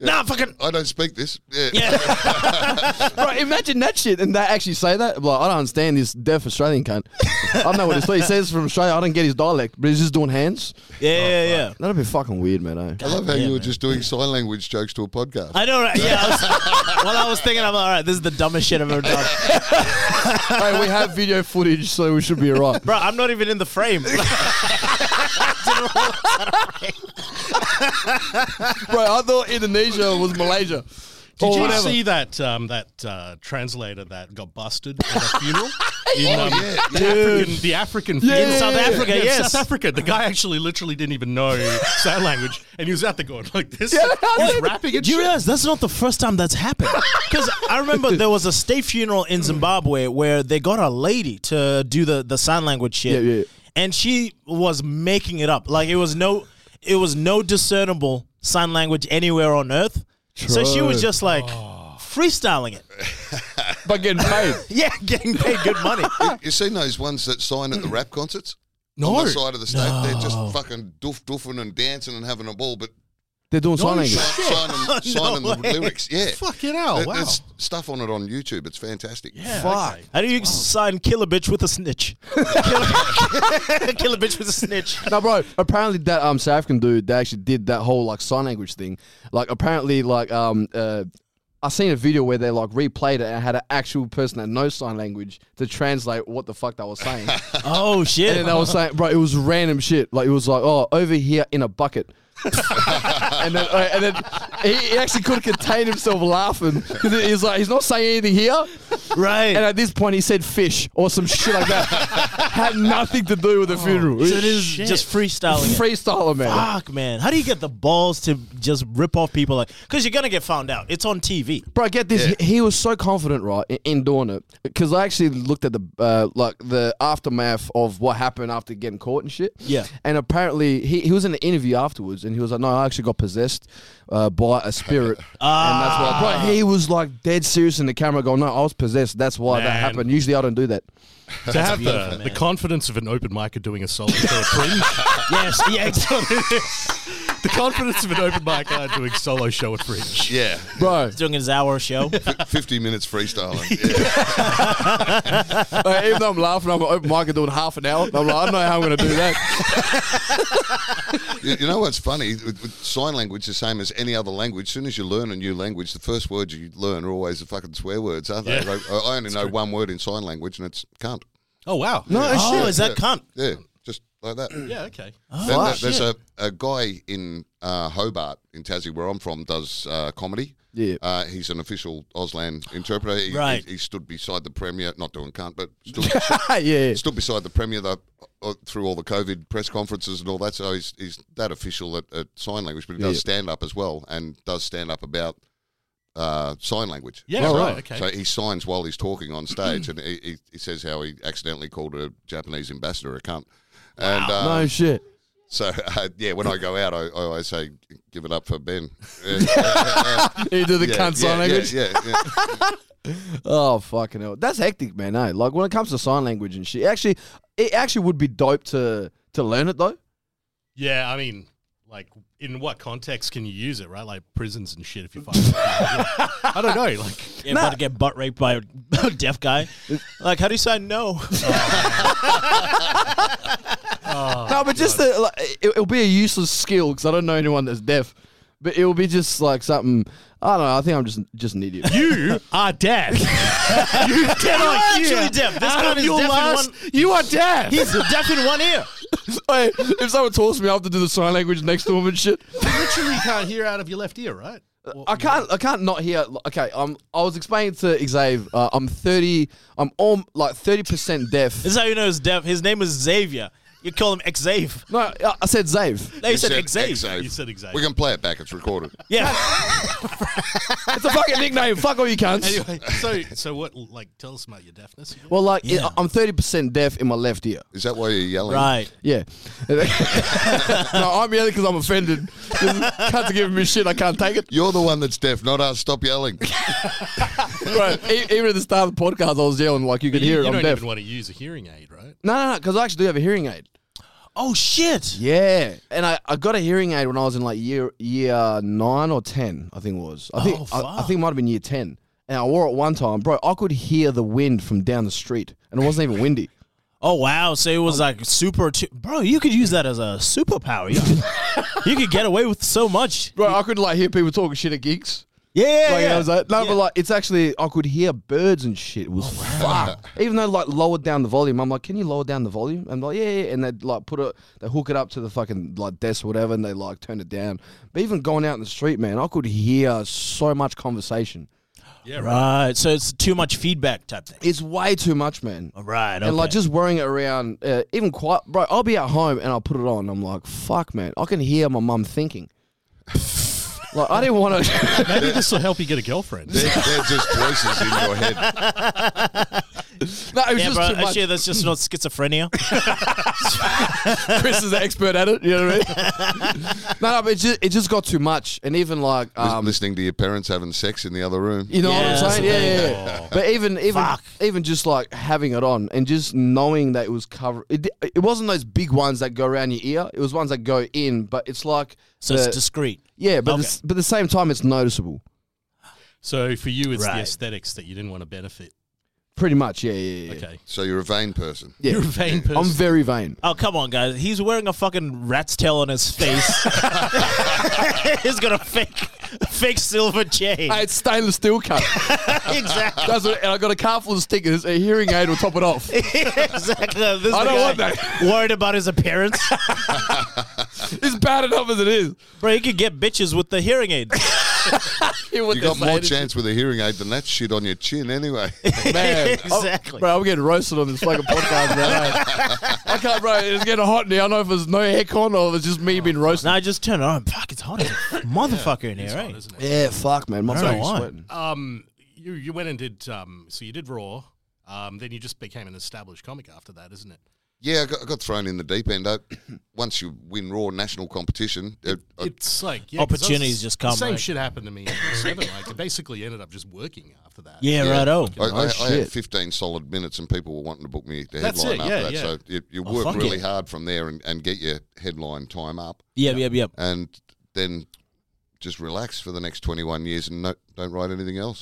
Speaker 2: nah, fucking
Speaker 4: Uh, I don't speak this. Uh, Yeah.
Speaker 2: yeah. *laughs*
Speaker 5: Right, imagine that shit and they actually say that. I'm Like, I don't understand this deaf Australian cunt. I don't know what he says from Australia. I don't get his dialect, but he's just doing hands.
Speaker 3: Oh,
Speaker 2: Yeah, yeah, yeah.
Speaker 5: That'd be fucking weird, man. Eh?
Speaker 4: I love how
Speaker 2: Yeah,
Speaker 4: you were
Speaker 2: man.
Speaker 4: just doing sign language jokes to a podcast.
Speaker 2: I know, right? Yeah. I was, well, I was thinking, I'm like, all right. This is the dumbest shit I've ever done,
Speaker 5: hey, we have video footage, so we should be alright.
Speaker 2: bro. I'm not even in the frame.
Speaker 5: Bro, I thought Indonesia was Malaysia.
Speaker 3: Did
Speaker 5: Or
Speaker 3: you
Speaker 5: whatever. *laughs*
Speaker 3: see that um, that uh, translator that got busted at a *laughs* funeral? In, um,
Speaker 4: yeah.
Speaker 3: the African, the African
Speaker 5: In
Speaker 2: South Africa,
Speaker 3: in
Speaker 2: yes.
Speaker 3: South Africa. The guy actually literally didn't even know *laughs* sign language, and he was out there going like this.
Speaker 5: I
Speaker 3: he was
Speaker 5: did.
Speaker 3: rapping and
Speaker 2: Do you
Speaker 3: shit.
Speaker 2: realize that's not the first time that's happened? Because I remember there was a state funeral in Zimbabwe where they got a lady to do the, the sign language shit.
Speaker 5: Yeah, yeah.
Speaker 2: And she was making it up. Like it was no it was no discernible sign language anywhere on earth. So she was just like freestyling it.
Speaker 5: But getting paid.
Speaker 2: Yeah, getting paid good *laughs* money.
Speaker 4: You seen those ones that sign at the rap concerts?
Speaker 3: No.
Speaker 4: On the side of the stage, they're just fucking doof doofing and dancing and having a ball, but
Speaker 5: They're doing sign language.
Speaker 4: sign- signing, signing the lyrics. Yeah.
Speaker 3: Fucking hell!
Speaker 4: There-
Speaker 3: Wow.
Speaker 4: There's stuff on it on YouTube. It's fantastic. Yeah.
Speaker 5: Fuck.
Speaker 2: Ah, How do you sign kill a bitch with a *laughs* snitch? kill, a, kill a bitch with a snitch.
Speaker 5: No, bro. Apparently, that um South African dude that actually did that whole like sign language thing. Like, apparently, like um uh, I seen a video where they like replayed it and had an actual person that knows sign language to translate what the fuck they were
Speaker 2: *laughs*
Speaker 5: saying.
Speaker 2: Oh shit.
Speaker 5: and they were saying, bro, it was random shit. Like it was like, oh, over here in a
Speaker 2: *laughs*
Speaker 5: bucket. and then, uh, and then he, he actually couldn't contain himself laughing *laughs* because he's like, he's not saying anything here.
Speaker 2: right.
Speaker 5: And at this point, he said fish or some shit like
Speaker 2: *laughs*
Speaker 5: that. Had nothing to do with the funeral.
Speaker 2: so it is just freestyling. it.
Speaker 5: freestyler, man.
Speaker 2: Fuck, man. How do you get the balls to just rip off people like? Because you're gonna get found out. It's on TV.
Speaker 5: Bro, get this. He, he was so confident, right, in, in doing it. Because I actually looked at the uh, like the aftermath of what happened after getting caught and shit.
Speaker 2: Yeah.
Speaker 5: And apparently, he, he was in an interview afterwards, and he was like, "No, I actually got possessed uh, by a
Speaker 4: *laughs*
Speaker 5: spirit."
Speaker 4: Ah.
Speaker 5: and that's why. Bro, he was like dead serious in the camera, going, "No, I was possessed. That's why that
Speaker 3: Man.
Speaker 5: happened. Usually, I don't do that."
Speaker 3: to have
Speaker 2: beautiful,
Speaker 3: the,
Speaker 2: man.
Speaker 3: the confidence of an open micer doing a solo for a *laughs* fringe.
Speaker 2: Yes. Yeah.
Speaker 3: the confidence of an open micer doing solo show at fringe.
Speaker 4: Yeah. *laughs*
Speaker 5: Bro, *laughs*
Speaker 2: Doing his hour *laughs* show.
Speaker 4: F- 50 minutes freestyling. Yeah.
Speaker 5: uh, even though I'm laughing, I'm an open mic and doing half an hour. I'm like, I don't know how I'm going to do
Speaker 4: *laughs*
Speaker 5: that.
Speaker 4: you, you know what's funny? With- with Sign language is the same as any other language. As soon as you learn a new language, the first words you learn are always the fucking swear words, aren't they?
Speaker 3: Yeah.
Speaker 4: Like, I I only know one word in sign language, and it's cunt.
Speaker 3: Oh wow.
Speaker 5: *laughs*
Speaker 2: oh, is that cunt?
Speaker 4: Yeah, just like that.
Speaker 3: Yeah. Okay.
Speaker 4: There- there- there's a, a guy in uh, Hobart in Tassie, where I'm from, does uh, comedy.
Speaker 5: Yeah.
Speaker 4: Uh, he's an official Auslan interpreter. He,
Speaker 2: Right.
Speaker 4: He, he stood beside the premier, not doing cunt, but stood,
Speaker 5: yeah.
Speaker 4: stood beside the premier the, uh, through all the COVID press conferences and all that. So he's, he's that official at, at sign language, but he does
Speaker 5: Yeah.
Speaker 4: stand up as well and does stand up about uh, sign language.
Speaker 3: Yeah,
Speaker 4: so,
Speaker 3: right, okay.
Speaker 4: So he signs while he's talking on stage, and he, he, he says how he accidentally called a Japanese ambassador a cunt. And um,
Speaker 5: No shit.
Speaker 4: so uh, yeah, when I go out, I, I always say, "Give it up for Ben." Yeah,
Speaker 5: You do the
Speaker 4: yeah,
Speaker 5: cunt sign
Speaker 4: yeah,
Speaker 5: language.
Speaker 4: Yeah, yeah, yeah.
Speaker 5: Oh fucking hell, that's hectic, man. Eh? Like when it comes to sign language and shit, actually, it actually would be dope to to learn it though.
Speaker 3: Yeah, I mean, like, in what context can you use it, right? Like prisons and shit. If you fucking, Yeah. I don't know. Like,
Speaker 2: Yeah, about to get butt raped by a *laughs* deaf guy. Like, how do you say no?
Speaker 3: Oh,
Speaker 5: no, but just the, like, it, will be a useless skill because I don't know anyone that's deaf. But it will be just like something. I don't know. I think I'm just just an idiot. *laughs*
Speaker 3: you
Speaker 2: Ah,
Speaker 3: are dead. you cannot
Speaker 2: actually
Speaker 3: hear.
Speaker 2: deaf. This
Speaker 3: Out
Speaker 2: guy
Speaker 3: of
Speaker 2: is
Speaker 3: your
Speaker 2: deaf in
Speaker 3: last-
Speaker 2: one-
Speaker 3: You are
Speaker 2: *laughs*
Speaker 3: deaf.
Speaker 2: He's deaf in one ear.
Speaker 5: *laughs* Hey, if someone talks to me, I have to do the sign language next to them and shit.
Speaker 3: literally can't hear out of your left ear, right?
Speaker 2: Uh,
Speaker 3: Or-
Speaker 5: I can't. I can't not hear. Okay, I'm. I was explaining to Xavier. Uh, I'm 30. I'm all like 30 percent deaf.
Speaker 2: This is how you know he's deaf. His name is Xavier. You call him Xave.
Speaker 5: No, I I said Zave.
Speaker 2: No, you
Speaker 4: You
Speaker 2: said,
Speaker 4: said
Speaker 2: Xave.
Speaker 4: Xave.
Speaker 3: You said exactly.
Speaker 4: We can play it back; it's recorded.
Speaker 2: Yeah.
Speaker 5: It's a fucking nickname. Fuck all you cunts.
Speaker 3: Anyway, so so what? Like, tell us about your deafness. again.
Speaker 5: Well, like
Speaker 2: Yeah.
Speaker 5: I'm 30 percent deaf in my left ear.
Speaker 4: Is that why you're yelling?
Speaker 2: right.
Speaker 5: Yeah. no, I'm yelling because I'm offended. Can't give me shit. I can't take it.
Speaker 4: You're the one that's deaf, not us. Stop yelling.
Speaker 5: Right. E- even at the start of the podcast, I was yelling like you could
Speaker 3: you,
Speaker 5: hear it.
Speaker 3: you
Speaker 5: I'm
Speaker 3: don't
Speaker 5: deaf.
Speaker 3: even want to use a hearing aid, right?
Speaker 5: no, no, no, because I actually do have a hearing aid.
Speaker 2: Oh, shit.
Speaker 5: Yeah, and I, I got a hearing aid when I was in like year year nine or ten, I think it was. I think
Speaker 2: Oh,
Speaker 5: I, I
Speaker 2: fuck.
Speaker 5: think it might have been year ten, and I wore it one time, bro. I could hear the wind from down the street, and it wasn't even windy.
Speaker 2: Oh, wow. So it was like super. T- Bro, you could use that as a superpower. You
Speaker 3: *laughs*
Speaker 2: could, you could get away with so much.
Speaker 5: Bro, I could like hear people talking shit at gigs.
Speaker 2: Yeah.
Speaker 5: Like,
Speaker 2: yeah.
Speaker 5: I was like, no,
Speaker 2: Yeah. Oh,
Speaker 5: but like, it's actually, I could hear birds and shit. It was fucked. Even though, like, lowered down the volume, I'm like, can you lower down the volume? I'm like, yeah, yeah. And they'd, like, put it, they hook it up to the fucking, like, desk or whatever, and they, like, turn it down. But even going out in the street, man, I could hear so much conversation.
Speaker 2: Right. So it's too much feedback type thing.
Speaker 5: It's way too much, man.
Speaker 2: All right. Okay.
Speaker 5: And, like, just wearing it around, uh, even quiet, bro, I'll be at home and I'll put it on. I'm like, fuck, man, I can hear my mum thinking. *laughs* like, I didn't want
Speaker 2: *laughs*
Speaker 5: to.
Speaker 3: Maybe this will help you get a *laughs* girlfriend.
Speaker 4: They're, they're just voices in your head.
Speaker 5: no, it was
Speaker 2: yeah,
Speaker 5: just
Speaker 2: bro,
Speaker 5: too much.
Speaker 2: actually, that's just not schizophrenia.
Speaker 5: Chris is an expert at it. You know what I
Speaker 2: *laughs*
Speaker 5: mean? no, no, but it just, it just got too much, and even like,
Speaker 4: Um,
Speaker 5: um,
Speaker 4: listening to your parents having sex in the other room.
Speaker 5: you know
Speaker 2: Yeah,
Speaker 5: what I'm
Speaker 2: that's
Speaker 5: saying?
Speaker 2: the
Speaker 5: Yeah,
Speaker 2: thing.
Speaker 5: yeah, yeah. But even even
Speaker 2: Fuck.
Speaker 5: even just like having it on and just knowing that it was covered. It, di- it wasn't those big ones that go around your ear. It was ones that go in, but it's like
Speaker 2: So
Speaker 5: the-
Speaker 3: Uh,
Speaker 2: it's discreet.
Speaker 5: yeah, but
Speaker 2: Okay.
Speaker 5: it's- but at the same time, it's noticeable.
Speaker 3: So for you, it's
Speaker 2: Right.
Speaker 3: the aesthetics that you didn't want to benefit.
Speaker 5: Pretty much, yeah, yeah, yeah. yeah.
Speaker 3: Okay,
Speaker 4: So you're a vain person.
Speaker 5: Yeah.
Speaker 3: *laughs* you're a vain person.
Speaker 5: I'm very vain.
Speaker 2: Oh, come on, guys. He's wearing a fucking rat's tail on his
Speaker 3: *laughs*
Speaker 2: face. *laughs* He's got a fake, fake silver chain. *laughs*
Speaker 5: Hey, it's stainless steel cut.
Speaker 2: exactly.
Speaker 5: That's what, and I got a car full of stickers. A hearing aid will top it
Speaker 2: *laughs*
Speaker 5: off.
Speaker 2: exactly. This is
Speaker 5: I
Speaker 2: the
Speaker 5: don't want
Speaker 2: guy
Speaker 5: that.
Speaker 2: Worried about his appearance.
Speaker 5: It's bad enough as it is.
Speaker 2: *laughs* Bro, he could get bitches with the hearing aid.
Speaker 5: Hear what
Speaker 4: You
Speaker 5: they're
Speaker 4: got more
Speaker 5: saying.
Speaker 4: chance with a hearing aid than that shit on your chin, anyway.
Speaker 5: Man,
Speaker 2: *laughs* Exactly.
Speaker 5: I'm, bro, I'm getting roasted on this fucking podcast, man. I can't, bro. It's getting hot now. I don't know if it's no aircon or it's just me being roasted.
Speaker 2: now just turn it on. Fuck, it's *laughs* hot. as a Motherfucker in here, right?
Speaker 3: isn't it?
Speaker 5: Yeah, fuck, man. My
Speaker 2: don't know
Speaker 5: body's
Speaker 2: why.
Speaker 5: sweating.
Speaker 3: Um, you you went and did um, so you did Raw. Um, then you just became an established comic after that, isn't it?
Speaker 4: yeah, I got, I got thrown in the deep end. I, once you win Raw national competition, it, I-
Speaker 3: It's like yeah, 'cause I was-
Speaker 2: Uh, Opportunities just come,
Speaker 3: The same
Speaker 2: like-
Speaker 3: shit happened to me in year seven. Like I basically ended up just working after that.
Speaker 2: Yeah,
Speaker 4: Yeah.
Speaker 2: right. Oh,
Speaker 4: I, I, I had
Speaker 5: shit.
Speaker 4: 15 solid minutes, and people were wanting to book me to
Speaker 3: That's
Speaker 4: headline
Speaker 3: it,
Speaker 4: after
Speaker 3: yeah,
Speaker 4: that.
Speaker 3: yeah.
Speaker 4: So you, you
Speaker 2: Oh,
Speaker 4: work
Speaker 2: fuck
Speaker 4: really
Speaker 2: yeah.
Speaker 4: hard from there and, and get your headline time up,
Speaker 2: yep, yep, yep.
Speaker 4: and then just relax for the next 21 years and no, don't write
Speaker 5: *laughs*
Speaker 4: anything else.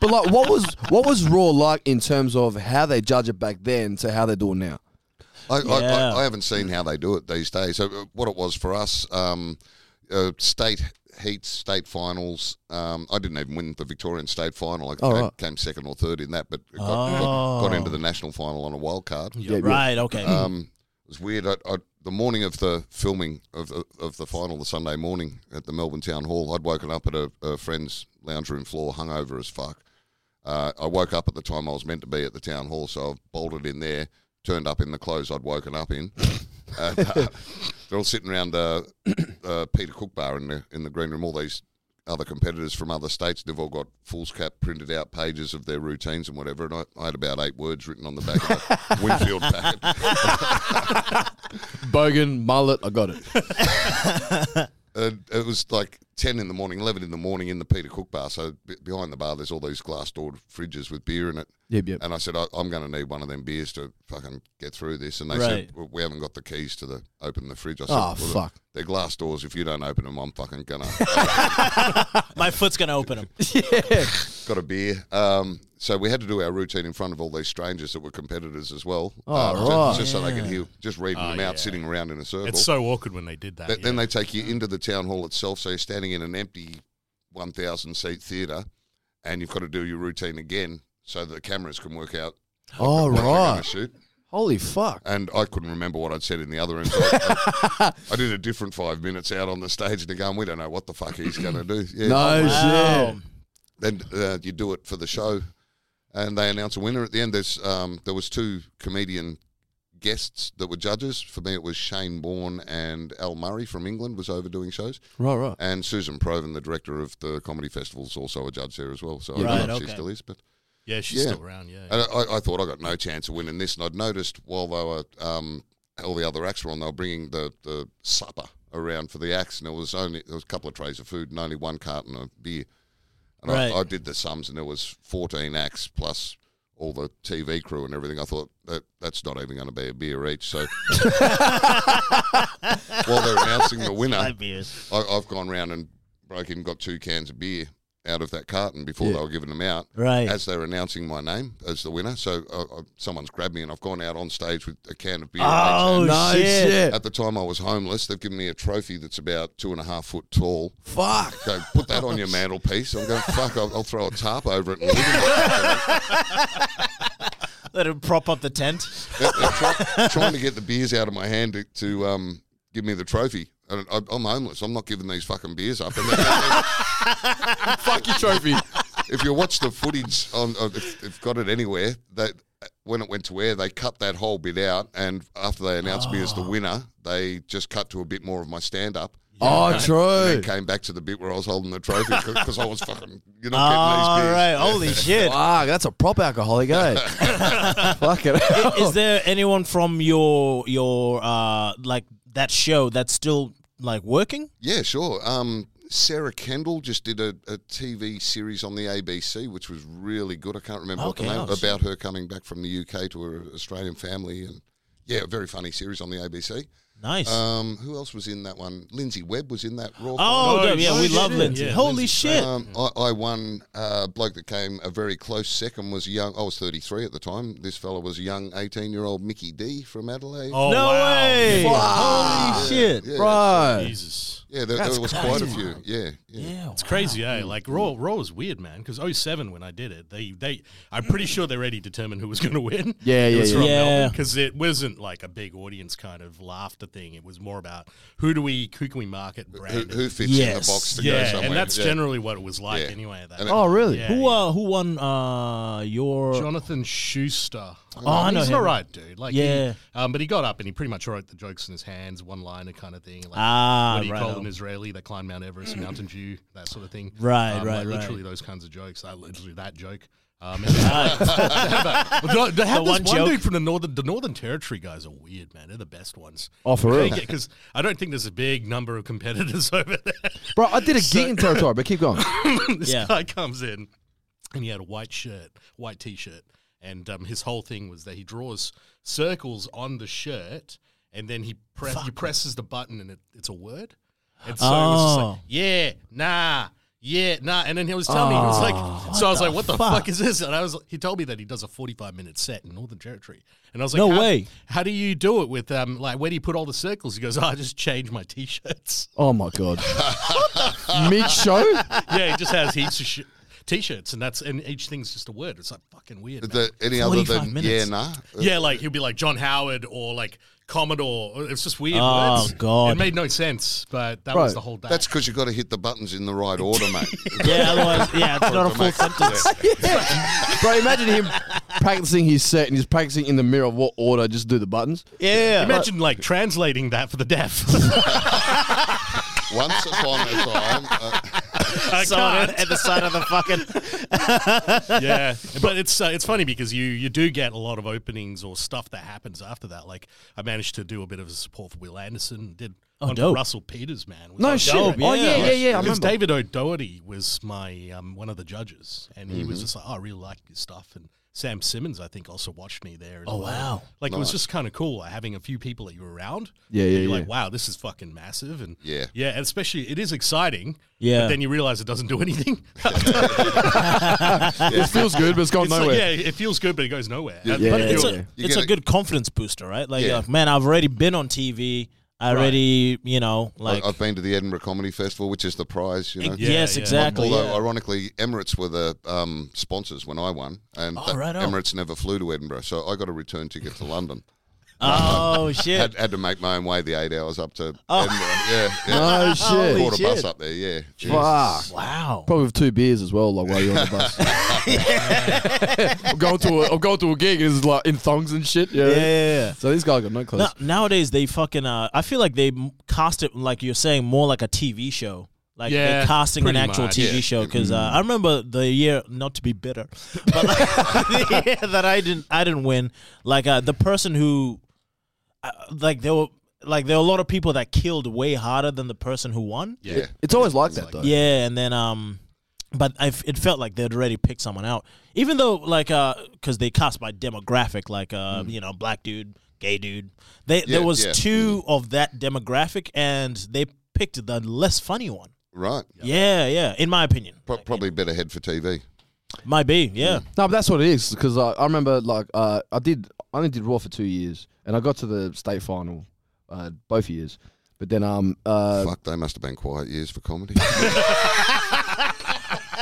Speaker 5: But like, what was what was Raw like in terms of how they judge it back then to how they do it now?
Speaker 4: I, I,
Speaker 2: Yeah.
Speaker 4: I, I haven't seen how they do it these days. So uh, what it was for us, um, uh, state heats, state finals. Um, I didn't even win the Victorian state final. I
Speaker 5: Oh,
Speaker 4: came,
Speaker 5: right. Oh.
Speaker 4: came second or third in that, but got, got, got into the national final on a wild card.
Speaker 5: Yeah, yeah.
Speaker 2: Right, okay.
Speaker 4: Um, it was weird. I, I the morning of the filming of, of, of the final, the Sunday morning at the Melbourne Town Hall, I'd woken up at a, a friend's lounge room floor, hungover as fuck. Uh, I woke up at the time I was meant to be at the town hall, so I bolted in there, turned up in the clothes I'd woken up in. and, uh, they're all sitting around uh, uh, Peter Cook bar in the in the green room. All these other competitors from other states, they've all got foolscap printed out pages of their routines and whatever. And I, I had about eight words written on the back of the Winfield packet.
Speaker 1: Bogan, mullet, I got it.
Speaker 4: and it was like 10 in the morning, 11 in the morning in the Peter Cook bar. So b- behind the bar, there's all these glass doored fridges with beer in it.
Speaker 5: Yep, yep.
Speaker 4: And I said, I- I'm going to need one of them beers to fucking get through this. And they
Speaker 2: Right.
Speaker 4: said, "Well, We haven't got the keys to the open the fridge. I said,
Speaker 5: Oh,
Speaker 4: "Well,
Speaker 5: fuck.
Speaker 4: They're glass doors. If you don't open them, I'm fucking going *laughs* to.
Speaker 2: *laughs* My foot's gonna open *laughs* him.
Speaker 4: got a beer. Um, so we had to do our routine in front of all these strangers that were competitors as well. Oh,
Speaker 5: right. Oh,
Speaker 4: Just, so they could hear, just reading them out, sitting around in a circle.
Speaker 3: It's so awkward when they did that.
Speaker 4: Th-
Speaker 3: yeah.
Speaker 4: Then they take you into the town hall itself, so you're standing in an empty 1,000 seat theatre, and you've got to do your routine again, so that the cameras can work out
Speaker 5: Oh,
Speaker 4: what they're going
Speaker 5: right.
Speaker 4: to shoot.
Speaker 5: Holy fuck.
Speaker 4: And I couldn't remember what I'd said in the other room. So I,
Speaker 5: *laughs*
Speaker 4: I- I did a different five minutes out on the stage, and they're going, "We don't know what the fuck he's going to do." Yeah.
Speaker 5: No
Speaker 2: Wow.
Speaker 5: shit.
Speaker 4: Then uh, you do it for the show, and they announce a winner at the end. There's um, there was two comedian guests that were judges. For me, it was Shane Bourne and Al Murray from England was overdoing shows.
Speaker 5: Right, right.
Speaker 4: And Susan Proven, the director of the comedy festival, is also a judge there as well. So I
Speaker 2: Right,
Speaker 4: don't know if
Speaker 2: okay.
Speaker 4: she still is. But
Speaker 3: yeah, she's
Speaker 4: Yeah.
Speaker 3: still around. Yeah,
Speaker 4: and I, I thought I got no chance of winning this. And I'd noticed while they were um, all the other acts were on, they were bringing the, the supper around for the acts, and there was only there was a couple of trays of food and only one carton of beer. And
Speaker 2: Right.
Speaker 4: I, I did the sums, and there was fourteen acts plus all the TV crew and everything. I thought that that's not even going to be a beer each. So *laughs* while they're announcing
Speaker 2: *laughs*
Speaker 4: the winner,
Speaker 2: Five beers.
Speaker 4: I, I've gone round and broke in, got two cans of beer out of that carton before they were giving them out.
Speaker 2: Right.
Speaker 4: As they were announcing my name as the winner. So uh, uh, someone's grabbed me and I've gone out on stage with a can of beer. in each
Speaker 2: Oh
Speaker 4: hand.
Speaker 5: No
Speaker 2: shit.
Speaker 5: shit.
Speaker 4: At the time I was homeless. They've given me a trophy that's about two and a half foot tall.
Speaker 5: Fuck.
Speaker 4: Go, put that on
Speaker 2: *laughs*
Speaker 4: your
Speaker 2: Oh,
Speaker 4: mantelpiece. I'm going, fuck, I'll, I'll throw a tarp over it and live in
Speaker 2: *laughs*
Speaker 4: it.
Speaker 2: Let him prop up the tent.
Speaker 4: They're- they're try- trying to get the beers out of my hand to, to um, give me the trophy. And I, I'm homeless. I'm not giving these fucking beers up. And they-
Speaker 1: Fuck your trophy.
Speaker 4: if you watch the footage on, on if they've got it anywhere, that when it went to air, they cut that whole bit out, and after they announced me as
Speaker 2: Ah.
Speaker 4: the winner, they just cut to a bit more of my stand up.
Speaker 5: Oh,
Speaker 4: Then
Speaker 5: true.
Speaker 4: came back to the bit where I was holding the
Speaker 2: *laughs*
Speaker 4: trophy because I was fucking, you're
Speaker 2: All
Speaker 4: not getting these
Speaker 2: Ah,
Speaker 4: beers.
Speaker 2: right. Holy
Speaker 5: *laughs*
Speaker 2: shit.
Speaker 5: Fuck, that's a prop alcoholic,
Speaker 3: *laughs*
Speaker 5: eh? Fuck it. *laughs*
Speaker 2: Is there anyone from your your uh like that show that's still like working?
Speaker 4: Yeah, sure. Um, Sarah Kendall just did a, a TV series on the ABC, which was really good. I can't remember
Speaker 2: Okay,
Speaker 4: what the name
Speaker 2: oh, shit.
Speaker 4: about her coming back from the UK to her Australian family, and yeah, a very funny series on the ABC.
Speaker 2: Nice.
Speaker 4: Um, who else was in that one? Lindsay Webb was in that Raw.
Speaker 2: oh,
Speaker 3: Oh,
Speaker 2: dope. yeah,
Speaker 3: shit.
Speaker 2: we love
Speaker 3: Yeah,
Speaker 2: Lindsay.
Speaker 3: yeah,
Speaker 2: Holy
Speaker 3: Lindsay's
Speaker 2: shit.
Speaker 4: Um, I, I won uh, bloke that came a very close second was young. I was 33 at the time. This fella was a young 18 year old Mickey D from Adelaide.
Speaker 3: Oh
Speaker 2: no
Speaker 3: wow.
Speaker 2: way.
Speaker 3: Yeah.
Speaker 5: Ah,
Speaker 2: Holy shit.
Speaker 4: yeah,
Speaker 5: Bro.
Speaker 3: Jesus.
Speaker 4: yeah, there, there was quite a few. Yeah, yeah.
Speaker 2: Yeah.
Speaker 3: It's crazy, eh? Like Raw, Raw was weird, man. Because 07, when I did it, they, they, I'm pretty sure they already determined who was going
Speaker 4: *laughs*
Speaker 3: to win.
Speaker 5: Yeah, yeah, yeah.
Speaker 2: Yeah.
Speaker 3: Because it wasn't like a big audience kind of laughter thing. It was more about who do we, who can we market, brand,
Speaker 4: Who,
Speaker 3: it.
Speaker 4: who fits in the
Speaker 2: Yes.
Speaker 4: box to go
Speaker 3: yeah,
Speaker 4: somewhere?
Speaker 3: and that's
Speaker 4: yeah.
Speaker 3: generally what it was like
Speaker 4: Yeah.
Speaker 3: anyway. At that
Speaker 4: And it-
Speaker 3: time.
Speaker 5: Oh, really?
Speaker 3: Yeah,
Speaker 2: Who uh who won uh your
Speaker 3: Jonathan Schuster.
Speaker 2: Oh, I know
Speaker 3: he's
Speaker 2: him.
Speaker 3: all right, dude. Like,
Speaker 2: Yeah.
Speaker 3: He, um, but he got up and he pretty much wrote the jokes in his hands, one liner kind of thing. Like,
Speaker 2: Ah,
Speaker 3: what do you
Speaker 2: right
Speaker 3: call
Speaker 2: on.
Speaker 3: an Israeli that climbed Mount Everest, Mountain Dew, that sort of thing.
Speaker 2: Right,
Speaker 3: um,
Speaker 2: right,
Speaker 3: like,
Speaker 2: right.
Speaker 3: Literally those kinds of jokes. I literally that joke. Um,
Speaker 2: *laughs*
Speaker 3: and *laughs* they have, they have this
Speaker 2: one
Speaker 3: one,
Speaker 2: joke.
Speaker 3: dude from the northern the Northern Territory guys are weird, man. They're the best ones.
Speaker 5: Oh, for real?
Speaker 3: Because I don't think there's a big number of competitors *laughs* over there
Speaker 5: Bro, I did a gig in Territory, but keep
Speaker 3: *laughs*
Speaker 5: going.
Speaker 3: this
Speaker 2: Yeah.
Speaker 3: guy comes in and he had a white shirt, white t-shirt, and um, his whole thing was that he draws circles on the shirt and then he, pre- he presses the button and it, it's a word. And so it was just like,
Speaker 2: Oh.
Speaker 3: yeah, nah, yeah, nah. And then he was telling me, he was
Speaker 2: Oh,
Speaker 3: like, so I was like, what the fuck? is this? And I was, he told me that he does a 45 minute set in Northern Territory. And I was like,
Speaker 2: No
Speaker 3: how,
Speaker 2: way.
Speaker 3: How do you do it with, um, like, where do you put all the circles? He goes, oh, I just change my t-shirts.
Speaker 5: Oh, my God. Mid show?
Speaker 3: yeah, he just has heaps of sh- t-shirts, and that's and each thing's just a word. It's like fucking weird.
Speaker 4: Is uh,
Speaker 3: man.
Speaker 4: there any other
Speaker 2: 45
Speaker 4: than
Speaker 2: minutes.
Speaker 4: yeah, nah?
Speaker 3: yeah, like he'll be like John Howard or like Commodore. It's just weird.
Speaker 2: Oh,
Speaker 3: words.
Speaker 2: God.
Speaker 3: It made no sense, but that
Speaker 5: Bro,
Speaker 3: was the whole day.
Speaker 4: That's because you've got to hit the buttons in the right order,
Speaker 3: *laughs*
Speaker 4: mate.
Speaker 2: Yeah, otherwise, yeah, it's not a full sentence.
Speaker 4: *laughs*
Speaker 5: Bro, imagine him practicing his set and he's practicing in the mirror of what order just do the buttons.
Speaker 2: Yeah, *laughs*
Speaker 3: Imagine like translating that for the deaf. *laughs*
Speaker 4: Once upon a time, uh,
Speaker 3: I
Speaker 2: someone
Speaker 3: can't.
Speaker 2: at the side of the fucking.
Speaker 3: yeah, *laughs* but it's uh, it's funny because you you do get a lot of openings or stuff that happens after that. Like I managed to do a bit of support for Will Anderson. Did
Speaker 2: Oh,
Speaker 3: one for
Speaker 2: dope.
Speaker 3: Russell Peters, man. which
Speaker 5: No
Speaker 3: was
Speaker 5: shit.
Speaker 3: dope.
Speaker 5: oh yeah, yeah, yeah. I
Speaker 3: Because
Speaker 5: remember.
Speaker 3: David O'Doherty was my um, one of the judges, and he
Speaker 5: Mm-hmm.
Speaker 3: was just like, oh, "I really like your stuff." And Sam Simmons, I think, also watched me there. as
Speaker 2: Oh,
Speaker 3: well.
Speaker 2: *laughs* wow.
Speaker 3: Like it was
Speaker 4: Nice.
Speaker 3: just kind of cool like, having a few people that you were around.
Speaker 5: Yeah,
Speaker 3: And
Speaker 5: yeah,
Speaker 3: You're like,
Speaker 5: yeah.
Speaker 3: "Wow, this is fucking massive!" And
Speaker 4: Yeah.
Speaker 3: yeah, and especially it is exciting.
Speaker 2: Yeah.
Speaker 3: but then you realize it doesn't
Speaker 4: *laughs*
Speaker 3: do anything.
Speaker 5: It feels good, but it's gone
Speaker 3: *laughs* It's like,
Speaker 5: Oh, nowhere.
Speaker 3: yeah, it feels good, but it goes nowhere. And-
Speaker 5: yeah,
Speaker 3: but
Speaker 2: But it's
Speaker 3: you're-
Speaker 2: a,
Speaker 4: You
Speaker 2: it's
Speaker 4: get
Speaker 2: a
Speaker 4: it.
Speaker 2: good confidence booster, right? Like,
Speaker 4: Yeah.
Speaker 2: like, man, I've already been on TV. I already, you know, like,
Speaker 4: I've been to the Edinburgh Comedy Festival, which is the prize, you know.
Speaker 3: Yeah,
Speaker 2: yes,
Speaker 3: yeah.
Speaker 2: exactly.
Speaker 4: Although,
Speaker 2: yeah.
Speaker 4: ironically, Emirates were the um, sponsors when I won, and
Speaker 2: Oh,
Speaker 4: that-
Speaker 2: right on.
Speaker 4: Emirates never flew to Edinburgh, so I got a return ticket
Speaker 2: *laughs*
Speaker 4: to London.
Speaker 2: Oh shit!
Speaker 4: Had, had to make my own way the eight hours up to
Speaker 2: Oh.
Speaker 4: Edinburgh. Yeah, yeah.
Speaker 2: *laughs*
Speaker 3: *laughs*
Speaker 5: No shit.
Speaker 4: Caught a bus up there. Yeah, Jeez.
Speaker 5: Fuck.
Speaker 2: Wow.
Speaker 5: Probably with two beers as well, like while you're on the
Speaker 3: *laughs*
Speaker 5: bus. *laughs* I'm going to a, I'm going to a gig and it's like in thongs and shit. Yeah.
Speaker 2: Yeah, yeah, yeah.
Speaker 5: So this guy got no clothes.
Speaker 2: No, nowadays they fucking. Uh, I feel like they m- cast it like you're saying more like a TV show. Like
Speaker 3: Yeah,
Speaker 2: they're casting an
Speaker 3: pretty
Speaker 2: actual
Speaker 3: much. Mm.
Speaker 2: TV
Speaker 4: Yeah.
Speaker 2: show because uh, I remember the year not to be bitter, but like, *laughs* the year that I didn't I didn't win. Like uh, the person who, uh, like there were like there were a lot of people that killed way harder than the person who won.
Speaker 4: yeah.
Speaker 5: It's always like that though.
Speaker 2: Yeah, and then um, but I f- it felt like they'd already picked someone out, even though like uh, because they cast by demographic, like uh,
Speaker 5: Mm.
Speaker 2: you know, black dude, gay dude. They
Speaker 4: Yeah,
Speaker 2: there was
Speaker 4: yeah.
Speaker 2: two of that demographic, and they picked the less funny one.
Speaker 4: Right.
Speaker 2: Yeah, yeah. In my opinion,
Speaker 4: Pro- probably better head for TV.
Speaker 2: might be. Yeah.
Speaker 5: No, but that's what it is because I, I remember like uh, I did I only did raw for two years and I got to the state final uh, both years, but then um uh,
Speaker 4: Fuck, they must have been quiet years for comedy. *laughs*
Speaker 5: *laughs*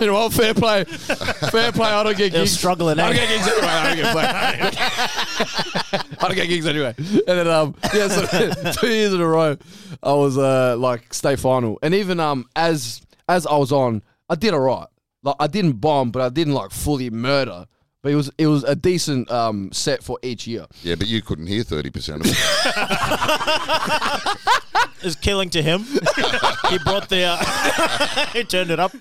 Speaker 1: You know what? Fair play. Fair play. I don't get
Speaker 2: They're
Speaker 1: gigs.
Speaker 2: struggling.
Speaker 1: I don't
Speaker 2: eh?
Speaker 1: get gigs anyway. I don't get, play. I don't get gigs anyway.
Speaker 5: and then um yeah so *laughs* two years in a row I was uh like state final and even um as as I was on I did alright like I didn't bomb but I didn't like fully murder but it was it was a decent um set for each year
Speaker 4: yeah, but you couldn't hear thirty percent of it.
Speaker 2: *laughs* *laughs* It's killing to him. he brought the. Uh, *laughs* he turned it up.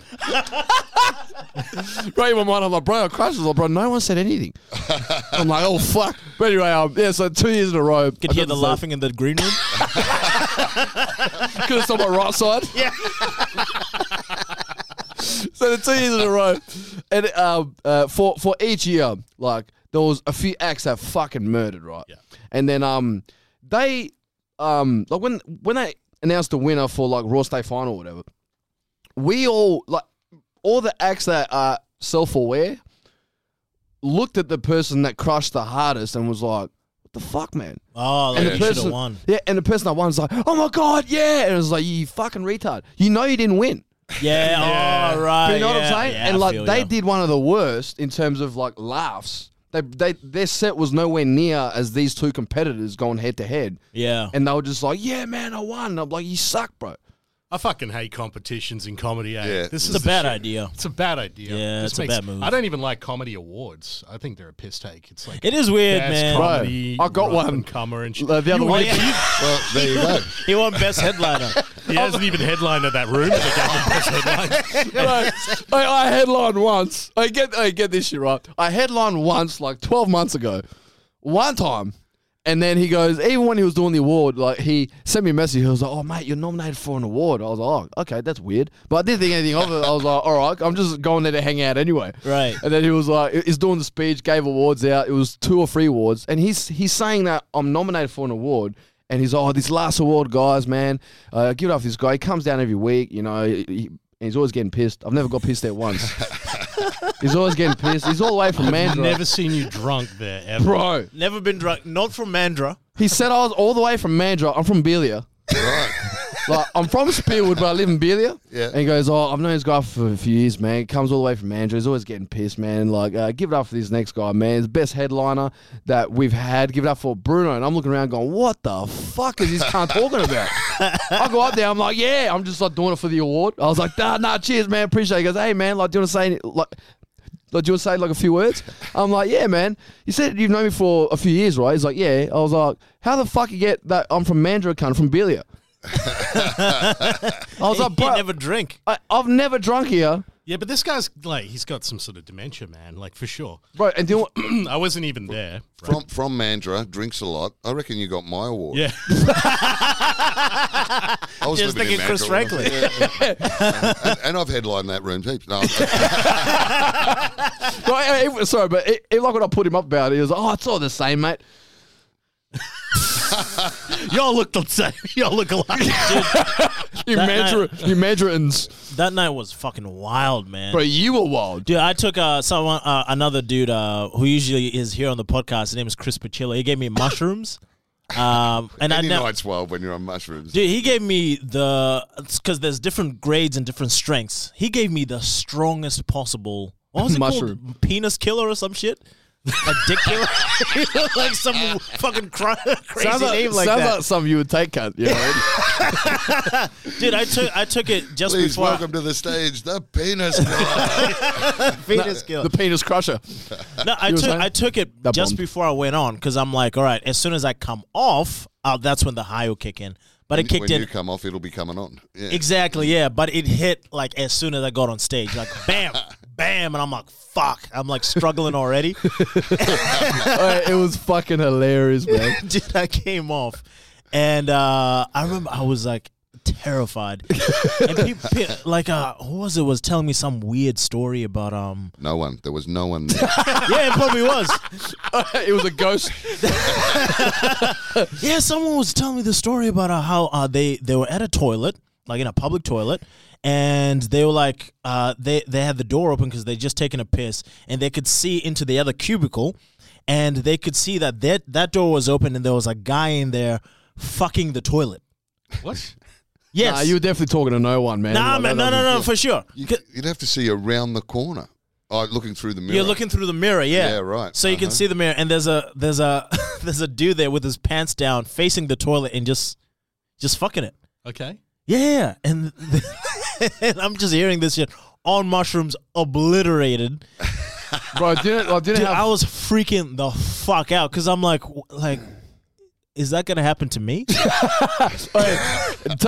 Speaker 5: Right in my mind, I'm like, bro, I crashed. I was like, bro, no one said anything. I'm like, oh fuck. But anyway, um, yeah, so two years in a row,
Speaker 2: Could hear the laughing in the green room.
Speaker 5: *laughs* because it's on my right side.
Speaker 2: Yeah.
Speaker 5: *laughs* so the two years in a row, and um, uh, for for each year, like there was a few acts that fucking murdered, right? Yeah. And then um, they um, like when when they announced the winner for like Raw State Final or whatever, we all like all the acts that are self aware looked at the person that crushed the hardest and was like, "What the fuck, man."
Speaker 2: Oh, like
Speaker 5: And
Speaker 2: you
Speaker 5: the
Speaker 2: should have
Speaker 5: person,
Speaker 2: won.
Speaker 5: yeah, and the person that won's like, "Oh my god, yeah!" And it was like, "You fucking retard! You know you didn't win."
Speaker 2: Yeah. All right.
Speaker 5: you know what
Speaker 2: Uh, yeah,
Speaker 5: I'm saying?
Speaker 2: yeah,
Speaker 5: and
Speaker 2: I
Speaker 5: like
Speaker 2: feel
Speaker 5: they
Speaker 2: ya.
Speaker 5: did one of the worst in terms of like laughs. They, they their set was nowhere near as these two competitors going head to head,
Speaker 2: Yeah.
Speaker 5: and they were just like, "Yeah, man, I won." And I'm like, "You suck, bro."
Speaker 3: I fucking hate competitions in comedy. Eh?
Speaker 4: Yeah.
Speaker 3: this
Speaker 2: It's
Speaker 3: is
Speaker 2: a bad
Speaker 3: idea.
Speaker 2: idea.
Speaker 3: It's a bad idea.
Speaker 2: Yeah, it's a bad move.
Speaker 3: I don't even like comedy awards. I think they're a piss take. It's like
Speaker 2: It is weird,
Speaker 3: best
Speaker 2: man.
Speaker 5: Right.
Speaker 3: comedy.
Speaker 5: I got
Speaker 3: rough
Speaker 5: one.
Speaker 3: and Comer and shit.
Speaker 5: Uh, the other
Speaker 3: You
Speaker 5: one-
Speaker 2: *laughs*
Speaker 3: ain't-
Speaker 4: well, there
Speaker 5: *laughs*
Speaker 4: you go.
Speaker 2: He won best *laughs* headliner.
Speaker 3: He hasn't even headlined at that room. but he got the
Speaker 5: *laughs*
Speaker 3: best headline.
Speaker 5: I, I headlined once. I get I get this shit right. I headlined once like 12 months ago, one time, and then he goes. Even when he was doing the award, like he sent me a message. He was like, "Oh mate, you're nominated for an award." I was like, "Oh, okay, that's weird," but I didn't think anything of it. I was like, "All right, I'm just going there to hang out anyway."
Speaker 2: Right.
Speaker 5: And then he was like, he's doing the speech, gave awards out. It was two or three awards, and he's he's saying that I'm nominated for an award. And he's oh this last award, guys, man, uh, give it up for this guy. He comes down every week, you know. He, he- and he's always getting pissed. I've never got pissed at once. he's always getting pissed. He's all the way from Mandra,
Speaker 3: Never seen you drunk there ever.
Speaker 5: bro.
Speaker 2: Never been drunk. Not from Mandra.
Speaker 5: He said I was all the way from Mandra. I'm from Belia.
Speaker 4: Right.
Speaker 5: like, I'm from Spearwood, but I live in Beelia.
Speaker 4: Yeah.
Speaker 5: And he goes, oh, I've known this guy for a few years, man. He comes all the way from Andrew. He's always getting pissed, man. Like, uh, give it up for this next guy, man. He's the best headliner that we've had. Give it up for Bruno. And I'm looking around going, what the fuck is this cunt talking
Speaker 4: *laughs*
Speaker 5: about? I go up there. I'm like, yeah. I'm just like doing it for the award. I was like, nah, nah, cheers, man. Appreciate it. He goes, hey, man, like, do you want to say, any- like, like, do you want to say like a few words? I'm like, yeah, man. You said you've known me for a few years, right? He's like, yeah. I was like, how the fuck you get that? I'm from Mandra, cunt, from
Speaker 2: *laughs*
Speaker 5: Belia. I was like,
Speaker 2: He
Speaker 5: bro,
Speaker 2: never drink.
Speaker 5: I, I've never drunk here,
Speaker 3: Yeah, but this guy's like he's got some sort of dementia, man. Like for sure. *clears throat*
Speaker 5: bro. And do you know what-
Speaker 3: I wasn't even there. right?
Speaker 4: From from Mandra, drinks a lot. I reckon you got my award.
Speaker 3: Yeah,
Speaker 4: I was
Speaker 2: Just
Speaker 4: living in
Speaker 2: thinking Chris
Speaker 4: Mandurah when I was- Yeah, yeah. and, and I've headlined that room heaps.
Speaker 2: *laughs*
Speaker 4: No, I'm-
Speaker 5: bro, eh, eh, sorry, but it, it, like when I put him up about it, he was like, oh, it's all the same, mate.
Speaker 3: *laughs* y'all look the same. *laughs* Y'all look alike.
Speaker 2: *laughs*
Speaker 5: You
Speaker 2: That
Speaker 5: Mandra, you Mandrains,
Speaker 2: That night was fucking wild, man.
Speaker 5: bro. You were wild.
Speaker 2: Dude, I took uh, someone, uh, another dude uh, who usually is here on the podcast. His name is Chris Pachilla. He gave me *laughs* mushrooms, um, and I
Speaker 4: any
Speaker 2: know.
Speaker 4: night's wild when you're on mushrooms.
Speaker 2: Dude, he gave me the because there's different grades and different strengths. He gave me the strongest possible. What was it
Speaker 5: Mushroom.
Speaker 2: called? Penis killer or some shit? A dick killer? *laughs* like some fucking cra- *laughs* crazy
Speaker 5: Sounds like,
Speaker 2: name like
Speaker 5: sounds
Speaker 2: that.
Speaker 5: like something you would take, cunt. You know what I mean?
Speaker 2: Dude, I took I took it just
Speaker 4: Please
Speaker 2: before I-
Speaker 4: welcome to the stage the
Speaker 2: *laughs*
Speaker 4: penis. guy.
Speaker 2: penis killer.
Speaker 5: the penis crusher.
Speaker 2: No, I
Speaker 5: You were
Speaker 2: took
Speaker 5: saying?
Speaker 2: I took it
Speaker 5: That
Speaker 2: just
Speaker 5: bombed.
Speaker 2: before I went on because I'm like, all right, as soon as I come off, uh, that's when the high will kick in. But it kicked
Speaker 4: when you
Speaker 2: in
Speaker 4: come off, it'll be coming on. Yeah.
Speaker 2: exactly, yeah. But it hit like as soon as I got on stage, like bam, bam, and I'm like, fuck, I'm like struggling already. *laughs*
Speaker 5: Uh, it was fucking hilarious, man.
Speaker 2: *laughs* Dude, I came off, and uh, I remember I was like terrified. and people, like, uh, who was it? Was telling me some weird story about um.
Speaker 4: No one. There was no one.
Speaker 2: *laughs*
Speaker 4: There.
Speaker 2: Yeah, it probably was.
Speaker 5: it was a ghost.
Speaker 2: Yeah, someone was telling me the story about uh, how uh, they they were at a toilet, like in a public toilet, and they were like uh, they they had the door open because they just taken a piss, and they could see into the other cubicle, and they could see that that that door was open, and there was a guy in there fucking the toilet.
Speaker 3: what?
Speaker 2: *laughs* Yes.
Speaker 5: Nah, you were definitely talking to no one, man.
Speaker 2: Nah,
Speaker 5: Like,
Speaker 2: man,
Speaker 5: that
Speaker 2: no, no,
Speaker 5: doesn't-
Speaker 2: no, for sure.
Speaker 4: You,
Speaker 2: 'Cause
Speaker 4: would have to see around the corner. Oh, looking through the mirror.
Speaker 2: You're looking through the mirror, yeah.
Speaker 4: Yeah, right.
Speaker 2: So you can
Speaker 4: Uh-huh.
Speaker 2: see the mirror, and there's a there's a *laughs* there's a dude there with his pants down, facing the toilet, and just just fucking it.
Speaker 3: Okay.
Speaker 2: Yeah, yeah, yeah. and, *laughs* and I'm just hearing this shit on mushrooms, obliterated.
Speaker 5: Bro, I didn't, I didn't
Speaker 2: Dude,
Speaker 5: have
Speaker 2: I was freaking the fuck out because I'm like, w- like, is that gonna happen to me?
Speaker 5: T-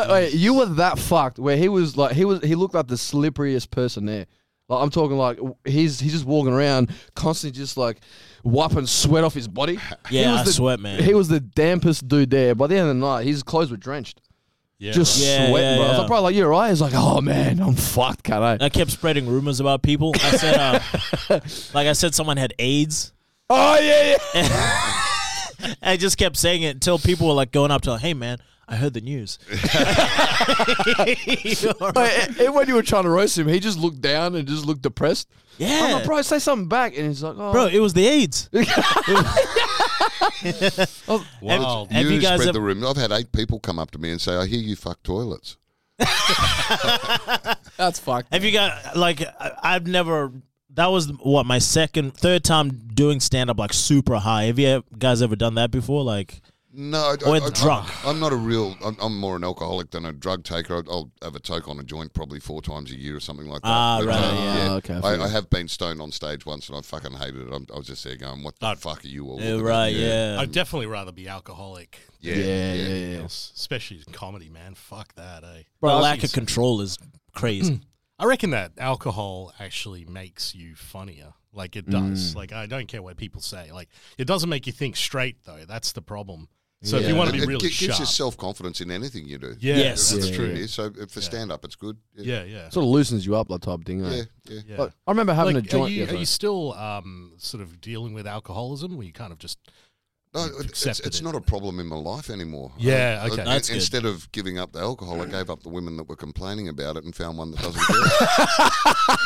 Speaker 5: wait, you were that fucked where he was like he was he looked like the slipperiest person there. Like I'm talking like w- he's he's just walking around constantly just like wiping sweat off his
Speaker 2: *laughs*
Speaker 5: body. He
Speaker 2: Yeah,
Speaker 5: was
Speaker 2: I
Speaker 5: the-
Speaker 2: sweat, man.
Speaker 5: He was the dampest dude there. By the end of the night, his clothes were drenched.
Speaker 3: Yeah.
Speaker 5: just
Speaker 2: right. Yeah,
Speaker 5: sweating,
Speaker 2: yeah,
Speaker 5: bro. I was
Speaker 2: yeah.
Speaker 5: like, bro, like you're right. He's like, oh man, I'm fucked, eh? can I?
Speaker 2: I kept spreading rumors about people. I said, uh, like, I said someone had AIDS.
Speaker 5: oh yeah,
Speaker 2: *laughs*
Speaker 5: yeah. *laughs*
Speaker 2: I just kept saying it until people were like going up to, like, hey man, I heard the news. *laughs*
Speaker 5: Wait, and- and e, when you were trying to roast him, he just looked down and just looked depressed. I'm
Speaker 2: yeah,
Speaker 5: like, bro, say something back, and he's like, oh,
Speaker 2: bro, it was the AIDS.
Speaker 5: oh,
Speaker 3: wow.
Speaker 2: Have
Speaker 4: you,
Speaker 2: you guys
Speaker 4: spread
Speaker 2: ev-
Speaker 4: the room. I've had eight people come up to me and say, "I hear you fuck toilets."
Speaker 5: that's fucked.
Speaker 2: Have you got like I, I've never. That was what my second, third time doing stand up like super high. Have you e, guys ever done that before? Like,
Speaker 4: No, I-
Speaker 2: Or
Speaker 4: I,
Speaker 2: it's
Speaker 4: I-
Speaker 2: drunk.
Speaker 4: I'm not a real. I'm, I'm more an alcoholic than a drug taker. I'll, I'll have a toke on a joint probably four times a year or something like that. uh,
Speaker 2: Ah, right,
Speaker 5: yeah. Ah, okay, I
Speaker 4: I,
Speaker 5: figured.
Speaker 4: I have been stoned on stage once, and I fucking hated it. I'm, I was just there going, "What the
Speaker 3: Ah.
Speaker 4: fuck are you all?"
Speaker 2: Yeah,
Speaker 4: looking at?"
Speaker 2: right? Yeah.
Speaker 3: I'd definitely rather be alcoholic,
Speaker 4: yeah,
Speaker 5: yeah, yeah,
Speaker 4: yeah.
Speaker 5: yeah.
Speaker 3: else, especially in comedy, man. Fuck that, eh?
Speaker 2: the
Speaker 5: Bro,
Speaker 2: lack
Speaker 3: geez.
Speaker 2: of control is crazy.
Speaker 3: I reckon that alcohol actually makes you funnier. Like it does. Like I don't care what people say. Like it doesn't make you think straight though. That's the problem. So if you
Speaker 5: Yeah.
Speaker 3: want to
Speaker 4: It,
Speaker 3: be
Speaker 4: it
Speaker 3: really
Speaker 4: gi- gives
Speaker 3: sharp,
Speaker 4: you self confidence in anything you do.
Speaker 3: yeah,
Speaker 2: Yes.
Speaker 3: that's
Speaker 4: It's
Speaker 3: true.
Speaker 4: true. So uh, for stand up, it's good.
Speaker 3: Yeah, yeah,
Speaker 5: Sort of loosens you up, that type of thing. eh?
Speaker 4: yeah, yeah.
Speaker 3: yeah.
Speaker 5: Like, I remember having
Speaker 3: Like,
Speaker 5: a joint.
Speaker 3: are you,
Speaker 5: yeah,
Speaker 3: are
Speaker 5: sorry.
Speaker 3: you still um, sort of dealing with alcoholism? Where you kind of just
Speaker 4: No,
Speaker 3: You've
Speaker 4: it's, it's-
Speaker 3: accepted
Speaker 4: it's
Speaker 3: it.
Speaker 4: not a problem in my life anymore. Um,
Speaker 3: Yeah,
Speaker 4: I-
Speaker 3: okay.
Speaker 4: I-
Speaker 2: That's good.
Speaker 4: instead of giving up the alcohol, I gave up the women that were complaining about it and found one that doesn't
Speaker 3: *laughs*
Speaker 4: care.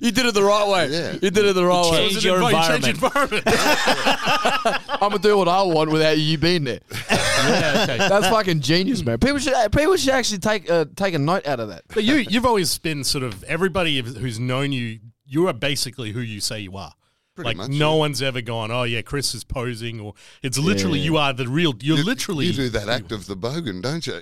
Speaker 1: You did it the right way.
Speaker 4: Yeah.
Speaker 1: You did it the right way.
Speaker 2: Change your
Speaker 3: envi-
Speaker 2: environment.
Speaker 3: change environment.
Speaker 5: I'm gonna do what I want without you being there.
Speaker 3: Yeah, *laughs* okay.
Speaker 5: That's fucking genius, man. People should people should actually take uh, take a note out of that.
Speaker 3: But you, you've always been sort of everybody who's known you. You are basically who you say you are. like
Speaker 4: much,
Speaker 3: no one's ever gone. Oh yeah, Chris is posing, or it's literally you are the real. You're
Speaker 4: You-
Speaker 3: literally.
Speaker 4: You do that act of the bogan, don't you?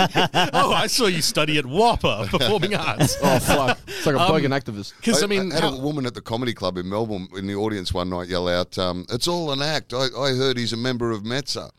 Speaker 3: *laughs*
Speaker 4: Yeah.
Speaker 3: oh, I saw you study
Speaker 4: *laughs*
Speaker 3: at Whopper Performing Arts. *laughs*
Speaker 5: Oh fuck! It's like a bogan activist.
Speaker 3: Because I mean,
Speaker 4: I had
Speaker 3: how-
Speaker 4: a woman at the comedy club in Melbourne in the audience one night yell out, um, "It's all an act." I, I heard he's a member of Metza.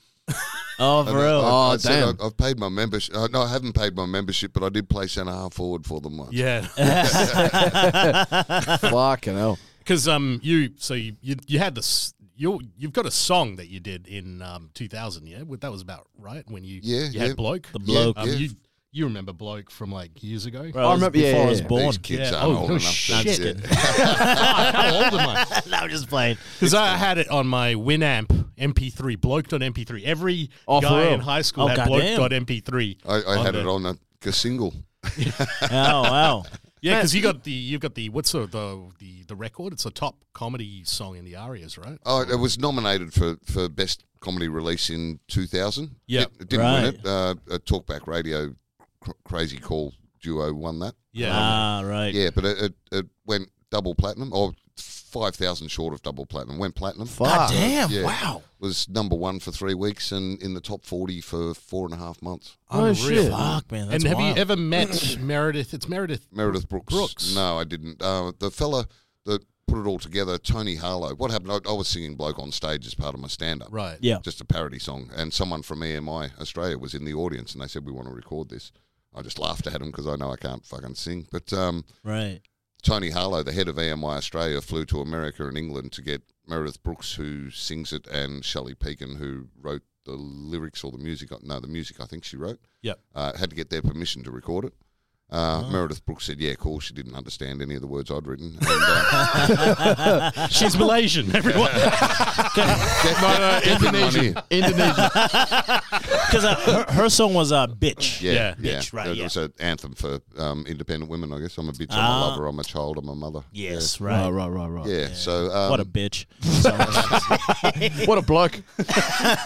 Speaker 2: Oh, for real.
Speaker 4: I, I
Speaker 5: Oh,
Speaker 4: said,
Speaker 5: damn.
Speaker 4: "I- I've paid my membership. Uh, no, I haven't paid my membership, but I did play centre half forward for them once.
Speaker 3: yeah. *laughs*
Speaker 5: fucking hell!
Speaker 3: Because um, you so you you, you had this you you've got a song that you did in um 2000, yeah. Well, That was about right when you
Speaker 4: Yeah,
Speaker 3: you
Speaker 4: yeah.
Speaker 3: had bloke
Speaker 2: The Bloke.
Speaker 3: Um,
Speaker 4: yeah.
Speaker 3: You you remember bloke from like years ago?
Speaker 2: Bro, I
Speaker 5: remember-
Speaker 2: before
Speaker 5: yeah,
Speaker 2: I was
Speaker 5: yeah, yeah.
Speaker 2: born.
Speaker 4: These kids
Speaker 3: Yeah.
Speaker 4: aren't
Speaker 3: Oh,
Speaker 4: old
Speaker 3: no
Speaker 4: enough.
Speaker 3: shit.
Speaker 2: *laughs*
Speaker 4: That's it.
Speaker 3: How old am I?
Speaker 2: no, I'm just playing.
Speaker 3: Because I had it on my Winamp MP3, bloke.mp3. Every
Speaker 5: Oh, for
Speaker 3: guy
Speaker 5: real?
Speaker 3: in high school
Speaker 2: Oh,
Speaker 3: had
Speaker 2: goddamn.
Speaker 3: bloke.mp3.
Speaker 4: I, I had
Speaker 3: the-
Speaker 4: it on a, a single.
Speaker 2: Oh, wow.
Speaker 3: Yeah, because you got the you've got the what's the the the, the record? It's a top comedy song in the arias, right?
Speaker 4: Oh, it was nominated for, for best comedy release in 2000.
Speaker 3: Yeah.
Speaker 4: it, it didn't win
Speaker 2: Right.
Speaker 4: it. Uh, a Talkback Radio cr- Crazy Call duo won that.
Speaker 3: Yeah,
Speaker 2: Ah, right.
Speaker 4: Yeah, but it, it, it went double platinum or five thousand short of double platinum. Went platinum.
Speaker 5: Ah,
Speaker 2: God damn.
Speaker 4: Yeah.
Speaker 2: Wow.
Speaker 4: Was number one for three weeks and in the top forty for four and a half months.
Speaker 5: Oh shit!
Speaker 2: Fuck, man. That's
Speaker 3: and have
Speaker 2: wild.
Speaker 3: you ever met *coughs* Meredith? It's Meredith.
Speaker 4: Meredith Brooks.
Speaker 3: Brooks.
Speaker 4: No, I didn't. Uh, the fella that put it all together, Tony Harlow. What happened? I, I was singing bloke on stage as part of my stand up.
Speaker 3: Right.
Speaker 2: Yeah.
Speaker 4: Just a parody song, and someone from EMI Australia was in the audience, and they said we want to record this. I just laughed at him because I know I can't fucking sing. But um,
Speaker 2: Right.
Speaker 4: Tony Harlow, the head of EMI Australia, flew to America and England to get Meredith Brooks, who sings it, and Shelley Pekin, who wrote the lyrics or the music. No, the music I think she wrote.
Speaker 3: Yep.
Speaker 4: Uh, had to get their permission to record it. Uh, Meredith Brooks said, "Yeah, cool." She didn't understand any of the words I'd written. And, uh,
Speaker 3: She's
Speaker 2: *laughs*
Speaker 3: Malaysian, everyone.
Speaker 4: get, get- get in one ear.
Speaker 5: Indonesia.
Speaker 2: Because uh, her, her song was uh, Bitch.
Speaker 4: Yeah, yeah,
Speaker 3: Yeah.
Speaker 2: Bitch, right,
Speaker 4: It
Speaker 2: yeah.
Speaker 4: was an anthem for um, independent women, I guess. I'm a bitch. I'm
Speaker 2: Ah.
Speaker 4: a lover. I'm a child. I'm a mother.
Speaker 2: Yes,
Speaker 5: right,
Speaker 2: right.
Speaker 5: right, right, right.
Speaker 4: Yeah. So um,
Speaker 2: What a *laughs* bitch.
Speaker 3: *laughs*
Speaker 5: What a bloke!
Speaker 3: *laughs*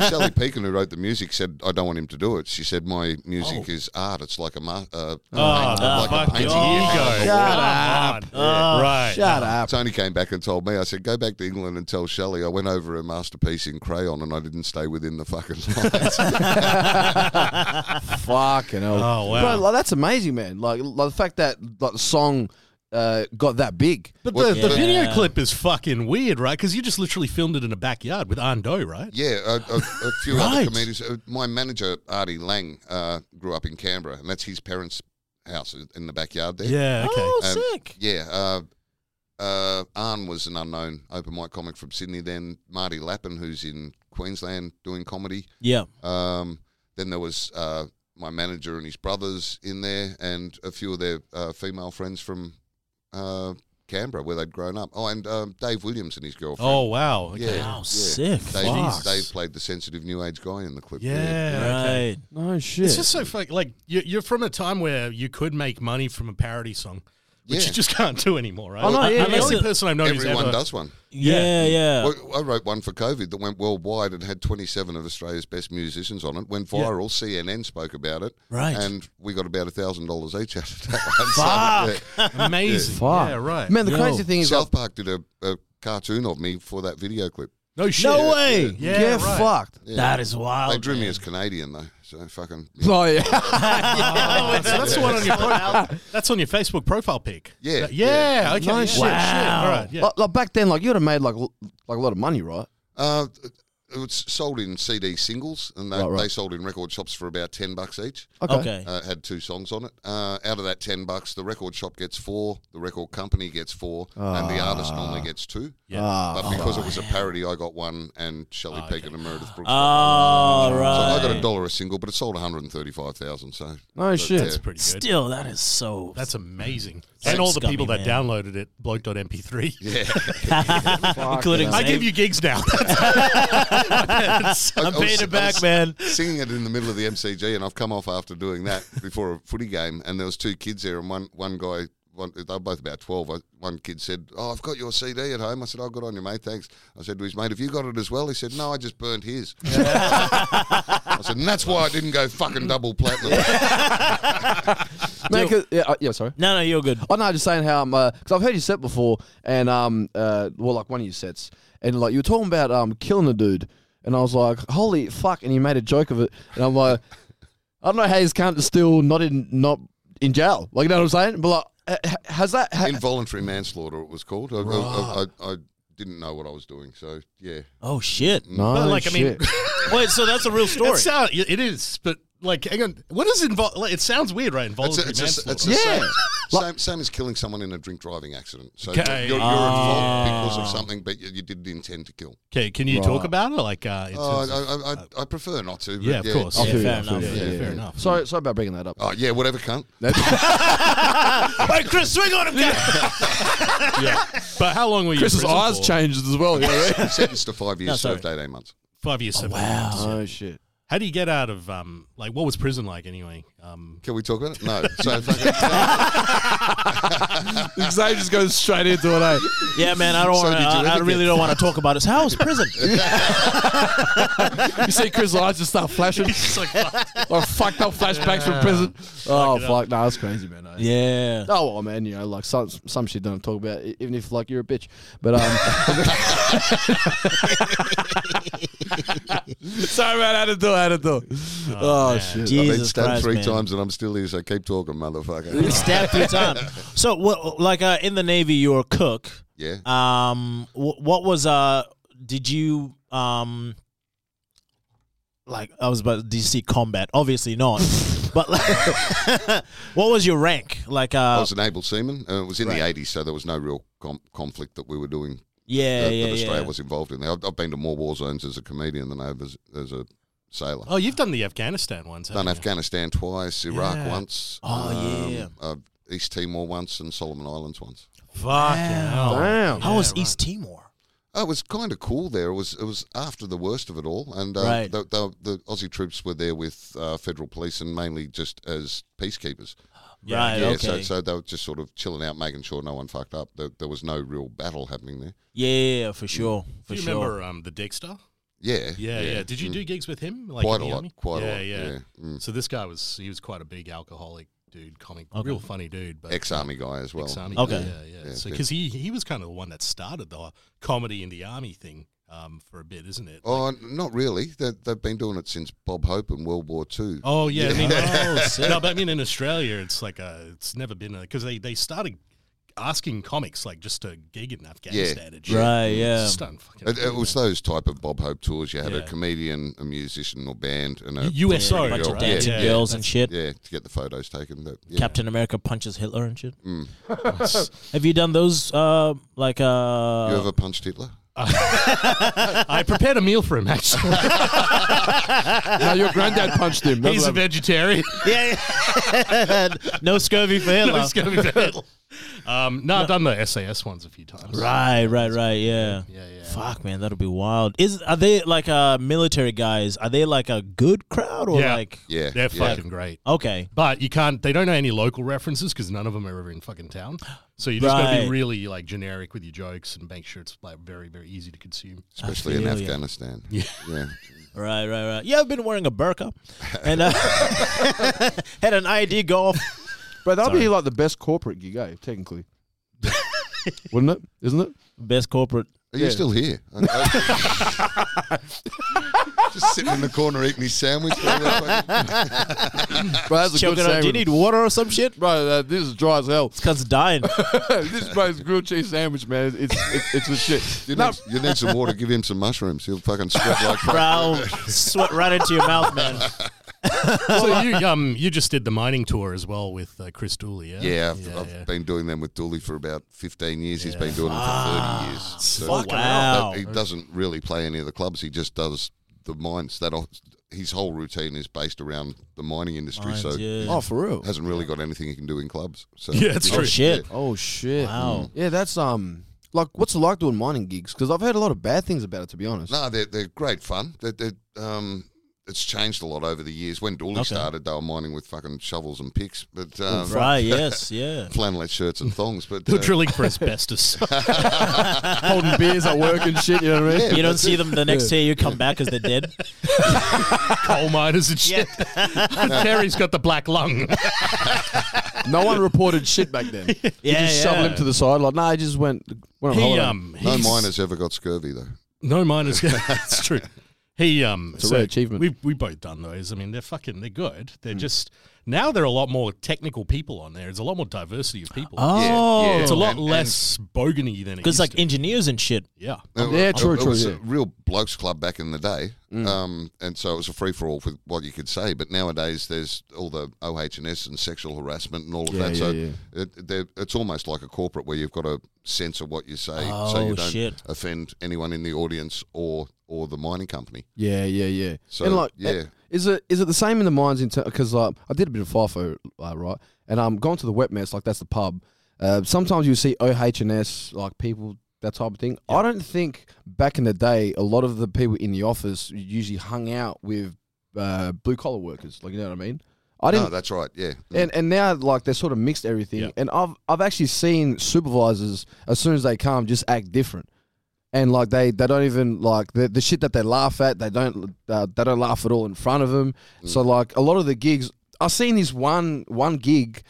Speaker 4: Sally Pekin, who wrote the music, said, "I don't want him to do it." She said, "My music is art. It's like a ma- uh, paint-
Speaker 2: ah,
Speaker 4: like a
Speaker 3: Oh. Fuck you.
Speaker 4: painting."
Speaker 3: go.
Speaker 5: Shut
Speaker 3: Oh, up. Uh,
Speaker 2: uh,
Speaker 3: right.
Speaker 5: Shut up.
Speaker 4: Tony came back and told me. I said, "Go back to England and tell Shelley I went over her masterpiece in crayon and I didn't stay within the fucking *laughs* lines."
Speaker 3: *laughs*
Speaker 5: Fucking hell!
Speaker 3: Oh, wow.
Speaker 5: Bro, like, that's amazing, man. Like, like the fact that like the song uh, got that big.
Speaker 3: But the, the
Speaker 4: Yeah.
Speaker 3: video clip is fucking weird, right? Because you just literally filmed it in a backyard with Ando, right?
Speaker 4: yeah, a, a, a few
Speaker 3: Right.
Speaker 4: other comedians. Uh, My manager Artie Lang uh, grew up in Canberra, and that's his parents' house in the backyard there.
Speaker 3: Yeah, okay.
Speaker 2: Oh,
Speaker 4: Um,
Speaker 2: sick.
Speaker 4: Yeah. Uh, uh, Arn was an unknown open mic comic from Sydney. Then Marty Lappin, who's in Queensland doing comedy.
Speaker 2: Yeah.
Speaker 4: Um, then there was uh, my manager and his brothers in there, and a few of their uh, female friends from uh, Canberra where they'd grown up. Oh, and um, Dave Williams and his girlfriend.
Speaker 3: Oh, wow. Okay.
Speaker 4: yeah.
Speaker 2: Wow,
Speaker 4: yeah.
Speaker 2: sick.
Speaker 4: Dave,
Speaker 2: Fuck.
Speaker 4: Dave played the sensitive new age guy in the clip.
Speaker 3: Yeah. okay.
Speaker 2: Right.
Speaker 5: No Oh, shit.
Speaker 3: It's just so fuck. Like you, you're from a time where you could make money from a parody song, which
Speaker 4: Yeah.
Speaker 3: you just can't do anymore, right?
Speaker 5: Oh, no, yeah,
Speaker 3: the
Speaker 5: yeah.
Speaker 3: only person I've known who's
Speaker 4: Everyone
Speaker 3: ever
Speaker 4: does *laughs* one.
Speaker 2: Yeah, yeah.
Speaker 4: Well, I wrote one for COVID that went worldwide and had 27 of Australia's best musicians on it. Went viral. CNN spoke about it.
Speaker 2: Right.
Speaker 4: And we got about $1,000 each out of that
Speaker 2: *laughs*
Speaker 4: one. So, yeah.
Speaker 3: amazing.
Speaker 5: Fuck.
Speaker 3: Yeah, right.
Speaker 5: Man, the
Speaker 2: Yo.
Speaker 5: crazy thing is, like,
Speaker 4: South Park did a, a cartoon of me for that video clip.
Speaker 3: No shit.
Speaker 2: No way.
Speaker 3: Yeah,
Speaker 5: get
Speaker 3: right.
Speaker 5: fucked.
Speaker 4: Yeah.
Speaker 2: That is wild.
Speaker 4: They drew me
Speaker 2: man.
Speaker 4: as Canadian, though. So fucking.
Speaker 2: *laughs*
Speaker 5: Oh yeah.
Speaker 3: Oh, so that's the one on your profile. That's on your Facebook profile pic.
Speaker 4: Yeah,
Speaker 3: That- Yeah. Okay.
Speaker 5: No
Speaker 3: yeah,
Speaker 5: shit.
Speaker 3: shit.
Speaker 2: Wow.
Speaker 3: All right. Yeah.
Speaker 5: Like, like back then, like you'd have made like l- like a lot of money, right?
Speaker 4: Uh, it was sold in CD singles, and they,
Speaker 5: Right, right.
Speaker 4: they sold in record shops for about 10 bucks each.
Speaker 2: Okay.
Speaker 4: Uh, had two songs on it. Uh, out of that 10 bucks, the record shop gets four, the record company gets four, and the artist normally gets two.
Speaker 2: Ah.
Speaker 3: Yeah.
Speaker 4: But because it was a parody, I got one, and Shelley Pekin and Meredith Brooks.
Speaker 2: Ah. All
Speaker 4: so I got a
Speaker 2: right.
Speaker 4: dollar a single, but it sold 135,000. So
Speaker 5: No shit.
Speaker 3: That's pretty good.
Speaker 2: Still, that is so.
Speaker 3: That's amazing.
Speaker 2: That's
Speaker 3: and all the
Speaker 2: scummy,
Speaker 3: people that
Speaker 2: man.
Speaker 3: downloaded it, bloke.mp3.
Speaker 4: yeah,
Speaker 2: including.
Speaker 3: I *laughs* give you gigs now.
Speaker 2: I'm
Speaker 4: I was-
Speaker 2: paying
Speaker 4: I
Speaker 2: it back,
Speaker 4: was-
Speaker 2: man.
Speaker 4: singing it in the middle of the MCG, and I've come off after doing that before a footy game, and there was two kids there, and one one guy. one, they were both about 12. I, one kid said, Oh, I've got your CD at home. I said, Oh, good on you, mate. Thanks. I said to his mate, Have you got it as well? He said, No, I just burnt his. *laughs* I said, And that's why I didn't go fucking double platinum.
Speaker 5: Man, 'cause- yeah, uh, yeah, sorry.
Speaker 2: No, no, you're good.
Speaker 5: Oh no, I'm just saying how I'm because I've heard you set before, and um, uh, well, like one of your sets, and like you were talking about um killing a dude, and I was like, holy fuck, and you made a joke of it, and I'm like, *laughs* I don't know how this cunt is still not in not in jail, like you know what I'm saying, but like. ha- ha- Has that ha-
Speaker 4: Involuntary manslaughter, it was called. I, I, I, I didn't know what I was doing. So, yeah.
Speaker 2: Oh shit!
Speaker 5: no
Speaker 3: like, I mean-
Speaker 5: shit.
Speaker 3: *laughs*
Speaker 2: Wait, so that's a real story.
Speaker 3: It sound, it is, but like, hang on. What is involved? Like, it sounds weird, right?
Speaker 4: It's, a,
Speaker 3: Involuntary
Speaker 4: it's, a, it's
Speaker 3: manslaughter.
Speaker 4: the
Speaker 5: Yeah.
Speaker 4: same, same, same as killing someone in a drink driving accident. So you're-
Speaker 3: Okay.
Speaker 4: you're, you're involved because of something, but you, you didn't intend to kill.
Speaker 3: Okay, can you talk about it? Like, uh, in terms of-
Speaker 4: Oh, I-
Speaker 2: uh,
Speaker 4: I, I, I prefer not to. But
Speaker 3: yeah, of course.
Speaker 5: I'll
Speaker 3: yeah,
Speaker 5: feel
Speaker 3: fair
Speaker 5: you, I'll
Speaker 3: enough.
Speaker 5: feel
Speaker 3: Yeah,
Speaker 5: you. Yeah,
Speaker 3: fair
Speaker 5: yeah.
Speaker 3: enough.
Speaker 5: Sorry, sorry about bringing that up.
Speaker 4: Oh, yeah, whatever, cunt. *laughs*
Speaker 2: Wait, Chris, swing on him. guy.
Speaker 3: yeah. But how long were you? in
Speaker 5: Chris's
Speaker 3: prison
Speaker 5: eyes
Speaker 3: for?
Speaker 5: changed as well.
Speaker 4: Sentenced to five years,
Speaker 2: sorry.
Speaker 4: served 18 months.
Speaker 3: Five years. seven
Speaker 5: *laughs*
Speaker 3: years.
Speaker 5: oh shit!
Speaker 3: How do you get out of um? Like, what was prison like anyway? Um,
Speaker 4: Can we talk about it?
Speaker 2: *laughs*
Speaker 4: No. So, fucking-
Speaker 5: Xavier just goes straight into it. Eh?
Speaker 2: yeah, man, I don't
Speaker 4: So
Speaker 2: want.
Speaker 4: did you
Speaker 2: to. I, I
Speaker 4: ever
Speaker 2: really
Speaker 4: get-
Speaker 2: don't want to talk about this. How was prison?
Speaker 5: You see Chris' eyes just start *laughs* flashing,
Speaker 3: like, fuck.
Speaker 5: like fucked up flashbacks from prison. Oh fuck, no, that's crazy, man. eh?
Speaker 2: yeah.
Speaker 5: Oh well, man, you know, like some some shit don't talk about, e- even if like you're a bitch. But um, *laughs* sorry man, I had to do, I had to do. Oh,
Speaker 3: man.
Speaker 5: shit!
Speaker 4: I've been
Speaker 2: Jesus
Speaker 4: stabbed
Speaker 2: Christ,
Speaker 4: three
Speaker 2: man.
Speaker 4: times and I'm still here, so keep talking, motherfucker.
Speaker 2: Been *laughs* stabbed three times. So, what, like uh, in the Navy, you were a cook.
Speaker 4: yeah.
Speaker 2: Um, wh- what was uh? Did you um? Like I was about, did you see combat? Oh, Obviously not. but *laughs* like, what was your rank? Like
Speaker 4: I
Speaker 3: Oh,
Speaker 2: uh,
Speaker 4: was an able seaman. Uh, it was in the 80s, so there was no real com- conflict that we were doing
Speaker 2: yeah,
Speaker 4: that,
Speaker 2: yeah,
Speaker 4: that Australia
Speaker 2: yeah.
Speaker 4: was involved in. I've, I've been to more war zones as a comedian than I have as, as a sailor.
Speaker 3: oh, you've done the Afghanistan ones.
Speaker 4: Done
Speaker 3: haven't you?
Speaker 4: Afghanistan twice, Iraq
Speaker 3: Yeah.
Speaker 4: once.
Speaker 2: Oh, yeah.
Speaker 4: uh, East Timor once and Solomon Islands once.
Speaker 3: Fucking hell.
Speaker 5: Damn.
Speaker 2: How was
Speaker 3: Yeah,
Speaker 2: East Timor?
Speaker 4: Oh, it was kind of cool there. It was it was after the worst of it all, and uh,
Speaker 2: Right.
Speaker 4: the, the, the Aussie troops were there with uh, federal police and mainly just as peacekeepers.
Speaker 3: Yeah,
Speaker 2: right.
Speaker 4: Yeah,
Speaker 2: okay.
Speaker 4: so so they were just sort of chilling out, making sure no one fucked up. There, there was no real battle happening there.
Speaker 2: yeah,
Speaker 4: Mm.
Speaker 2: for sure. For
Speaker 3: Do you
Speaker 2: sure.
Speaker 3: remember um, the Dexter?
Speaker 4: Yeah,
Speaker 3: Yeah, yeah. Did you
Speaker 4: Mm.
Speaker 3: do gigs with him? Like
Speaker 4: quite
Speaker 3: in
Speaker 4: a
Speaker 3: the
Speaker 4: lot?
Speaker 3: army?
Speaker 4: Quite
Speaker 3: yeah,
Speaker 4: a lot.
Speaker 3: Yeah,
Speaker 4: Yeah, Mm.
Speaker 3: So this guy was he was quite a big alcoholic dude, comic,
Speaker 2: Okay.
Speaker 3: real funny dude, but
Speaker 4: ex-army guy as well. Mm.
Speaker 3: Ex-army.
Speaker 2: Okay.
Speaker 3: Yeah, yeah.
Speaker 4: Yeah,
Speaker 3: So
Speaker 4: yeah.
Speaker 3: because he he was kind of the one that started the comedy in the army thing um, for a bit, isn't it?
Speaker 4: Oh, not really. They, they've been doing it since Bob Hope and World War Two.
Speaker 3: Oh yeah, I mean, *laughs*
Speaker 2: Oh, sick.
Speaker 3: no, but I mean in Australia, it's like a, it's never been because they they started asking comics like just to gig in Afghanistan and shit.
Speaker 2: Right.
Speaker 3: It's
Speaker 2: Yeah.
Speaker 3: just unfucking
Speaker 4: It, it
Speaker 3: cool,
Speaker 4: was
Speaker 3: man.
Speaker 4: those type of Bob Hope tours. You had
Speaker 3: Yeah.
Speaker 4: a comedian, a musician, or band, and a
Speaker 3: USO,
Speaker 4: pretty
Speaker 2: bunch
Speaker 4: girl.
Speaker 2: of
Speaker 4: Yeah,
Speaker 2: dancing
Speaker 4: yeah,
Speaker 2: girls and shit.
Speaker 4: yeah to get the photos taken. But, yeah.
Speaker 2: Captain America punches Hitler and shit. *laughs*
Speaker 4: Mm.
Speaker 2: Have you done those? Uh, like uh,
Speaker 4: You ever punched Hitler?
Speaker 3: I prepared a meal for him actually.
Speaker 5: No, your granddad punched him. That's
Speaker 3: He's a
Speaker 5: what
Speaker 3: vegetarian.
Speaker 2: *laughs* yeah, yeah. *laughs* no scurvy for Hitler.
Speaker 3: No, it's gonna
Speaker 2: *laughs*
Speaker 3: be bad. Um, no, I've done the SAS ones a few times.
Speaker 2: Right, right, right. Yeah.
Speaker 3: Yeah, yeah.
Speaker 2: Fuck, man, that'll be wild. Is are they like uh military guys? Are they like a good crowd or
Speaker 3: Yeah.
Speaker 2: like
Speaker 4: Yeah,
Speaker 3: They're
Speaker 4: yeah.
Speaker 3: fucking great.
Speaker 2: okay?
Speaker 3: But you can't. They don't know any local references because none of them are ever in fucking town. So you just gotta
Speaker 2: Right.
Speaker 3: be really like generic with your jokes and make sure it's like very very easy
Speaker 2: *laughs*
Speaker 3: to consume.
Speaker 4: especially in
Speaker 2: feel ya.
Speaker 4: Afghanistan. Yeah,
Speaker 3: *laughs*
Speaker 2: Right, right, right. Yeah, I've been wearing a burqa and uh, *laughs* had an ID golf.
Speaker 5: But that'd
Speaker 2: Sorry.
Speaker 5: be like the best corporate gig, eh? *laughs* Technically, wouldn't it? Isn't it?
Speaker 2: Best corporate.
Speaker 4: Are you
Speaker 5: Yeah.
Speaker 4: still
Speaker 3: *laughs*
Speaker 4: here? *laughs* Just sitting in the corner eating his
Speaker 3: *laughs*
Speaker 4: sandwich.
Speaker 5: Bro, that's
Speaker 2: Choking up. Do you need water or some shit?
Speaker 5: Bro, that, this is dry as hell. *laughs*
Speaker 2: Cause dying.
Speaker 5: this bro's grilled cheese sandwich, man. It's it's, it's a shit.
Speaker 4: you, need, you need some water. Give him some mushrooms. He'll fucking sweat
Speaker 3: *laughs*
Speaker 4: like *laughs* crack.
Speaker 2: Bro, sweat right into your mouth,
Speaker 4: *laughs*
Speaker 2: man.
Speaker 3: So you um you just did the mining tour as well with uh, Chris Dooley, yeah?
Speaker 4: Yeah, I've,
Speaker 3: yeah,
Speaker 4: I've
Speaker 3: yeah.
Speaker 4: been doing them with Dooley for about 15 years. He's been doing them for 30 years. So
Speaker 2: Ah, Fucking hell.
Speaker 4: But He doesn't really play any of the clubs. He just does the mines. That o- his whole routine is based around the mining industry.
Speaker 2: Mines,
Speaker 4: so
Speaker 2: yeah.
Speaker 4: he
Speaker 5: Oh, for real?
Speaker 4: hasn't really got anything he can do in clubs. So
Speaker 3: Yeah, that's
Speaker 2: Oh
Speaker 3: true.
Speaker 2: shit.
Speaker 5: Oh shit!
Speaker 2: Wow.
Speaker 5: Yeah, that's um. Like, what's it like doing *laughs* mining gigs? Because I've heard a lot of bad things about it, to be honest.
Speaker 4: No, they're, they're great fun. They're, they're, um, it's changed a lot over the years. When Dooley started, they were mining with fucking shovels and picks, but um,
Speaker 2: Right, yes, yeah.
Speaker 4: flannelette shirts and thongs. But
Speaker 3: They're
Speaker 4: uh,
Speaker 3: drilling for asbestos.
Speaker 1: holding beers at work and shit. You know what I mean?
Speaker 2: *laughs*
Speaker 4: yeah,
Speaker 2: You don't
Speaker 4: that's
Speaker 2: see
Speaker 4: it.
Speaker 2: them the next year. You come back because they're
Speaker 4: *laughs*
Speaker 2: dead.
Speaker 3: coal
Speaker 2: *laughs*
Speaker 3: miners and shit. *laughs* Terry's got the black lung.
Speaker 5: No one reported shit back then. Yeah, you
Speaker 2: Yeah,
Speaker 5: just shovel
Speaker 2: yeah.
Speaker 5: him to the side. Like, nah, he just went.
Speaker 2: Oh,
Speaker 5: went on
Speaker 3: He
Speaker 5: holiday.
Speaker 3: um
Speaker 4: No
Speaker 3: he's-
Speaker 4: miners ever got scurvy though.
Speaker 3: No miners. *laughs* That's true. He um
Speaker 5: a rare achievement.
Speaker 3: We we both done those. I mean, they're fucking they're good. They're
Speaker 2: Hmm.
Speaker 3: just now they're a lot more technical people on there. There's a lot more diversity of people.
Speaker 2: Oh,
Speaker 4: yeah.
Speaker 3: It's a lot
Speaker 4: And- and-
Speaker 3: less bogany than it
Speaker 2: because
Speaker 3: used
Speaker 2: like
Speaker 3: to.
Speaker 2: engineers and shit.
Speaker 3: yeah.
Speaker 4: It
Speaker 5: Yeah,
Speaker 4: was-
Speaker 5: true,
Speaker 4: it
Speaker 5: true,
Speaker 4: was
Speaker 5: yeah. Mm.
Speaker 4: a real blokes club back in the day, um, and so it was a free for all with what you could say. But nowadays, there's all the OH&S and sexual harassment and all of
Speaker 5: Yeah,
Speaker 4: that.
Speaker 5: yeah,
Speaker 4: so
Speaker 5: yeah.
Speaker 4: It, they're- it's almost like a corporate where you've got to censor what you say so
Speaker 2: Oh,
Speaker 4: you don't
Speaker 2: shit.
Speaker 4: offend anyone in the audience or or the mining company.
Speaker 5: Yeah, yeah, yeah.
Speaker 4: So,
Speaker 5: and like,
Speaker 4: yeah.
Speaker 5: eh, is it is it the same in the mines? In because like I did a bit of FIFO, uh, right? And I'm um, going to the wet mess, like that's the pub. Uh, sometimes you see OH and S, like people that type of thing. I don't think back in the day, a lot of the people in the office usually hung out with uh, blue collar workers. Like you know what I mean? I
Speaker 4: No,
Speaker 5: didn't.
Speaker 4: that's right. Yeah, Mm,
Speaker 5: and, and now like they sort of mixed everything,
Speaker 3: Yeah.
Speaker 5: and I've I've actually seen supervisors as soon as they come just act different, and like they, they don't even like the, the shit that they laugh at they don't uh, they don't laugh at all in front of them. So like a lot of the gigs I've seen this one one gig,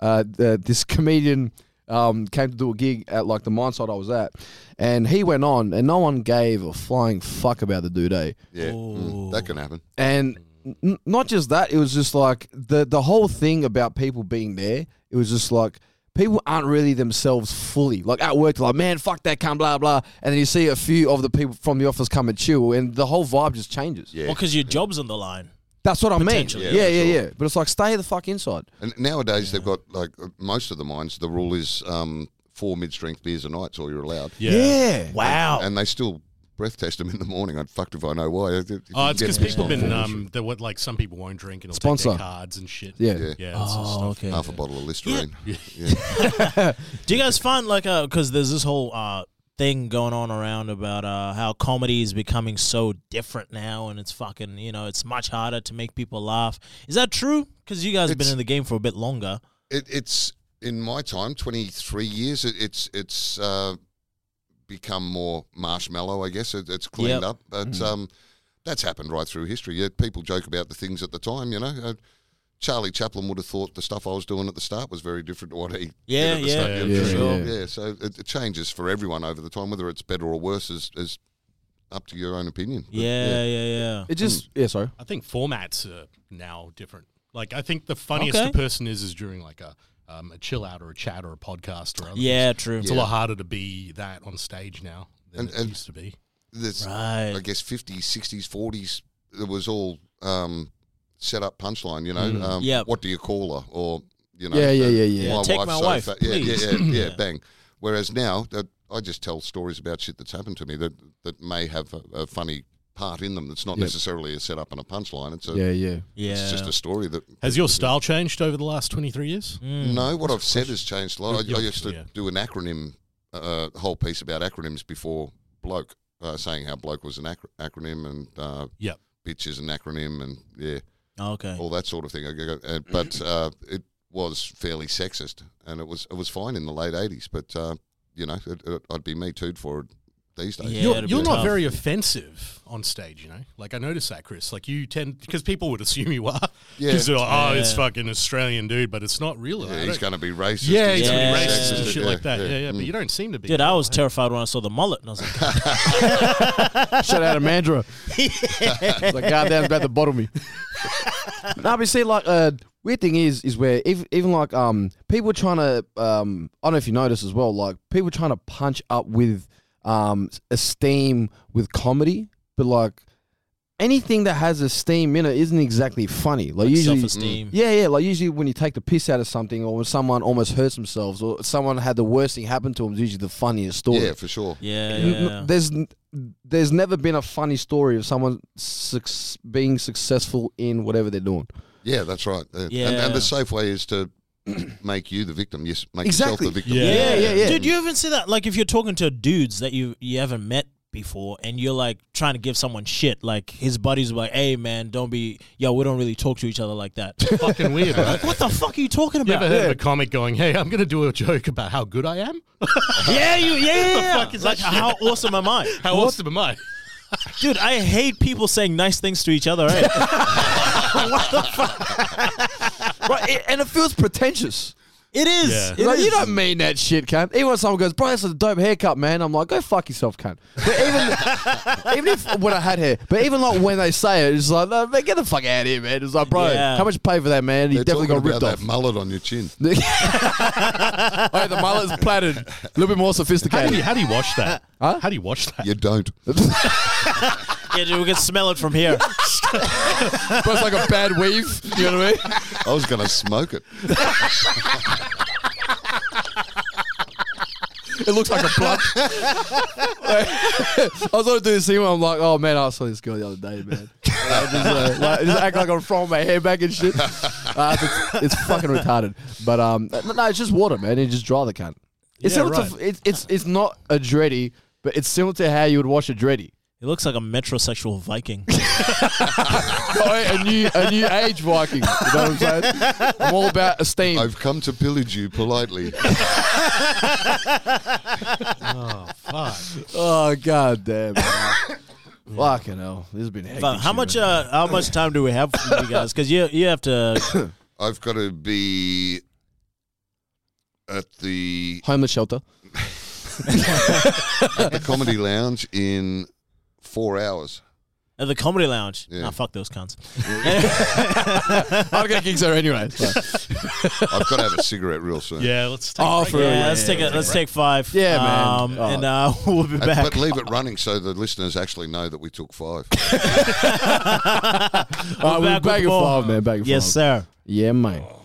Speaker 5: uh, the, this *laughs* comedian um, came to do a gig at like the mine site I was at, and he went on and no one gave a flying fuck about the dude. Eh?
Speaker 4: yeah, mm, that can happen.
Speaker 5: and n- not just that it was just like the the whole thing about people being there it was just like people aren't really themselves fully like at work they're like man fuck that cunt blah blah and then you see a few of the people from the office come and chill and the whole vibe just changes
Speaker 4: Yeah.
Speaker 2: Well, because your job's on the line.
Speaker 5: that's what i mean
Speaker 2: Potentially.
Speaker 5: yeah
Speaker 4: Yeah,
Speaker 5: yeah
Speaker 4: for
Speaker 5: yeah,
Speaker 4: sure.
Speaker 5: but it's like stay the fuck inside
Speaker 4: And nowadays, they've got like uh, most of the mines. The rule is um, four mid-strength beers a night, is all you're allowed.
Speaker 3: Yeah.
Speaker 2: Wow.
Speaker 4: and they still breath test them in the morning. I'd fucked if I know why. If you
Speaker 3: Oh, it's
Speaker 4: get
Speaker 3: because
Speaker 4: pissed
Speaker 3: people
Speaker 4: off
Speaker 3: have been
Speaker 4: for it,
Speaker 3: um, they're what like some people won't drink and they'll
Speaker 5: Sponsor.
Speaker 3: take their cards and shit.
Speaker 5: yeah,
Speaker 4: Yeah.
Speaker 3: yeah. it's just-
Speaker 2: Oh, okay.
Speaker 4: half a bottle of Listerine. Yeah,
Speaker 2: Do you guys find like uh because there's this whole uh thing going on around about uh how comedy is becoming so different now and it's fucking you know it's much harder to make people laugh. Is that true? Because you guys have been
Speaker 4: It's-
Speaker 2: in the game for a bit longer.
Speaker 4: It, it's in my time, twenty three years. It, it's it's uh, become more marshmallow. I guess it, it's cleaned
Speaker 2: Yep.
Speaker 4: up, but
Speaker 3: Mm.
Speaker 4: um, that's happened right through history. Yeah, people joke about the things at the time. You know. Uh, Charlie Chaplin would have thought the stuff I was doing at the start was very different to what he
Speaker 2: Yeah,
Speaker 4: did at the
Speaker 2: yeah,
Speaker 4: start.
Speaker 3: yeah,
Speaker 4: for
Speaker 3: yeah,
Speaker 4: sure.
Speaker 5: yeah.
Speaker 4: yeah. So it, it changes for everyone over the time. Whether it's better or worse is, is up to your own opinion. But,
Speaker 2: Yeah, yeah, yeah.
Speaker 5: it just yeah sorry
Speaker 3: I think formats are now different. Like I think the funniest
Speaker 2: Okay.
Speaker 3: a person is is during like a um, a chill out or a chat or a podcast or other
Speaker 2: Yeah, true.
Speaker 3: It's a lot harder to be that on stage now than
Speaker 4: And-
Speaker 3: it
Speaker 4: and-
Speaker 3: used to be.
Speaker 4: There's-
Speaker 2: Right.
Speaker 4: I guess 50s, 60s, 40s, it was all um, set up punchline, you know. Um,
Speaker 2: Mm. Yep.
Speaker 4: What do you call her? Or, you know.
Speaker 5: Yeah, yeah,
Speaker 4: uh,
Speaker 5: yeah, yeah.
Speaker 2: Yeah, take my wife,
Speaker 4: Yeah, yeah, yeah,
Speaker 2: please.
Speaker 4: yeah, bang. Whereas now, uh, I just tell stories about shit that's happened to me that, that may have a, a funny part in them that's not necessarily a setup and a punchline. It's, a,
Speaker 5: yeah yeah
Speaker 2: yeah.
Speaker 4: it's just a story that.
Speaker 3: Has your style changed over the last twenty three years?
Speaker 2: Mm.
Speaker 4: No, what I've said has changed a lot. I,
Speaker 3: Yeah,
Speaker 4: I used to
Speaker 3: yeah.
Speaker 4: do an acronym, uh, whole piece about acronyms before bloke, uh, saying how bloke was an acro- acronym and uh,
Speaker 3: Yep.
Speaker 4: bitch is an acronym and yeah,
Speaker 2: okay.
Speaker 4: all that sort of thing. I go-
Speaker 3: *clears throat*
Speaker 4: uh, But uh, it was fairly sexist, and it was it was fine in the late eighties. But uh, you know, it, it, I'd be me too'd for it these days.
Speaker 2: Yeah,
Speaker 3: you're
Speaker 2: it'd be
Speaker 3: you're not
Speaker 2: tough.
Speaker 3: very offensive on stage, you know. Like I noticed that, Chris. Like you tend because people would assume you are.
Speaker 4: Yeah.
Speaker 3: Because they're like, oh, it's
Speaker 2: Yeah.
Speaker 3: fucking Australian dude, but it's not really.
Speaker 4: Yeah,
Speaker 3: I
Speaker 4: he's
Speaker 3: don't-
Speaker 4: going to be racist.
Speaker 3: yeah, he's
Speaker 4: gonna
Speaker 3: gonna be
Speaker 2: Yeah.
Speaker 3: racist and shit
Speaker 4: Yeah,
Speaker 3: like that. Yeah, yeah. But
Speaker 4: Mm.
Speaker 3: you don't seem to be.
Speaker 2: Dude, I was terrified when I saw the mullet, and I was like,
Speaker 5: Shout out to Mandra. it's like goddamn about to bottle me. no, but see, like uh, weird thing is, is where if, even like um people trying to um I don't know if you notice as well, like people trying to punch up with um esteem with comedy, but like anything that has esteem in it isn't exactly funny. Like, usually.
Speaker 2: self-esteem.
Speaker 5: yeah, yeah. Like usually, when you take the piss out of something, or when someone almost hurts themselves, or someone had the worst thing happen to them, is usually the funniest story.
Speaker 4: yeah, for sure.
Speaker 2: Yeah,
Speaker 5: N- n-
Speaker 2: yeah.
Speaker 5: There's n- there's never been a funny story of someone suc being successful in whatever they're *laughs* doing.
Speaker 4: Yeah, that's right. Uh, And,
Speaker 2: Yeah.
Speaker 4: and the safe way is to *clears throat* make you the victim. Yes, make
Speaker 5: Exactly.
Speaker 4: yourself the victim.
Speaker 3: Yeah.
Speaker 5: yeah, yeah.
Speaker 2: Dude, you even see that? Like, if you're talking to dudes that you you haven't met before and you're like trying to give someone shit like his buddies were like hey man don't be yo we don't really talk to each other like
Speaker 3: *laughs*
Speaker 2: that *laughs*
Speaker 3: fucking weird. Right?
Speaker 2: what the fuck are you talking
Speaker 3: You
Speaker 2: about
Speaker 3: ever heard of a comic going, "Hey, I'm gonna do a joke about how good I am"?
Speaker 2: yeah
Speaker 3: *laughs*
Speaker 2: you yeah, yeah.
Speaker 3: fuck is
Speaker 2: like
Speaker 3: that shit?
Speaker 2: how awesome am i
Speaker 3: *laughs* How awesome am I?
Speaker 2: dude i hate people saying nice things to each other right
Speaker 3: *laughs*
Speaker 5: right, it- and it feels pretentious.
Speaker 2: it is
Speaker 3: Yeah.
Speaker 2: It
Speaker 5: Like,
Speaker 2: is.
Speaker 5: you don't mean that shit, cunt. Even when someone goes, bro, that's a dope haircut, man. I'm like, go fuck yourself, cunt. But *laughs* even, even if when I had hair, but even like when they say it, it's like, no, man, get the fuck out of here, man. It's like, bro,
Speaker 2: Yeah.
Speaker 5: how much you pay for that, man? You
Speaker 4: They're
Speaker 5: definitely got
Speaker 4: talking
Speaker 5: ripped
Speaker 4: about
Speaker 5: off. *laughs*
Speaker 4: that mullet on your chin.
Speaker 5: oh, yeah, the mullet's plaited. A little bit more
Speaker 3: How do you
Speaker 5: sophisticated.
Speaker 3: how do you watch that? How do you watch that?
Speaker 4: You don't.
Speaker 2: yeah dude we can smell it from
Speaker 3: *laughs*
Speaker 2: here
Speaker 5: but it's like a bad weave. You know what I mean?
Speaker 4: I was going to smoke it.
Speaker 5: It looks like a blunt. *laughs* I was going to do this thing where I'm like, oh, man, I saw this girl the other day, man. I just, uh, like, just act like I'm throwing my hair back and shit. Uh, it's, it's fucking retarded. But um, no, it's just water, man. You just dry the cunt. It's,
Speaker 3: Yeah,
Speaker 5: similar
Speaker 3: right.
Speaker 5: to, it's, it's, it's not a dready, but it's similar to how you would wash a dready.
Speaker 2: it looks like a metrosexual
Speaker 3: *laughs*
Speaker 2: viking
Speaker 5: a, new, a new age Viking. You know what I'm saying? I'm all about esteem.
Speaker 4: I've come to pillage you politely.
Speaker 3: Fuck.
Speaker 5: Oh god damn! man. Fucking hell, this has been hectic.
Speaker 2: But how
Speaker 5: shit,
Speaker 2: much
Speaker 5: man.
Speaker 2: uh, how much time do we have for you guys? Because you you have to
Speaker 4: I've got to be at the
Speaker 5: homeless shelter?
Speaker 4: at the comedy lounge in four hours.
Speaker 2: at the comedy lounge.
Speaker 4: Yeah.
Speaker 2: Nah, fuck those cunts. *laughs*
Speaker 5: I'm gonna gigs there anyway.
Speaker 4: I've got to have a cigarette real soon.
Speaker 3: *laughs* Yeah, let's take
Speaker 5: Oh,
Speaker 3: a break.
Speaker 5: for
Speaker 2: Yeah,
Speaker 5: real, yeah,
Speaker 2: let's take a, let's take five.
Speaker 5: Yeah, man.
Speaker 2: Um,
Speaker 5: Oh.
Speaker 2: And uh, *laughs* we'll be
Speaker 4: And-
Speaker 2: back.
Speaker 4: But leave it running so the listeners actually know that we took five.
Speaker 5: All right, we're
Speaker 2: back with
Speaker 5: back and
Speaker 2: more.
Speaker 5: five, man. Back and
Speaker 2: yes,
Speaker 5: five.
Speaker 2: sir.
Speaker 5: Yeah, mate.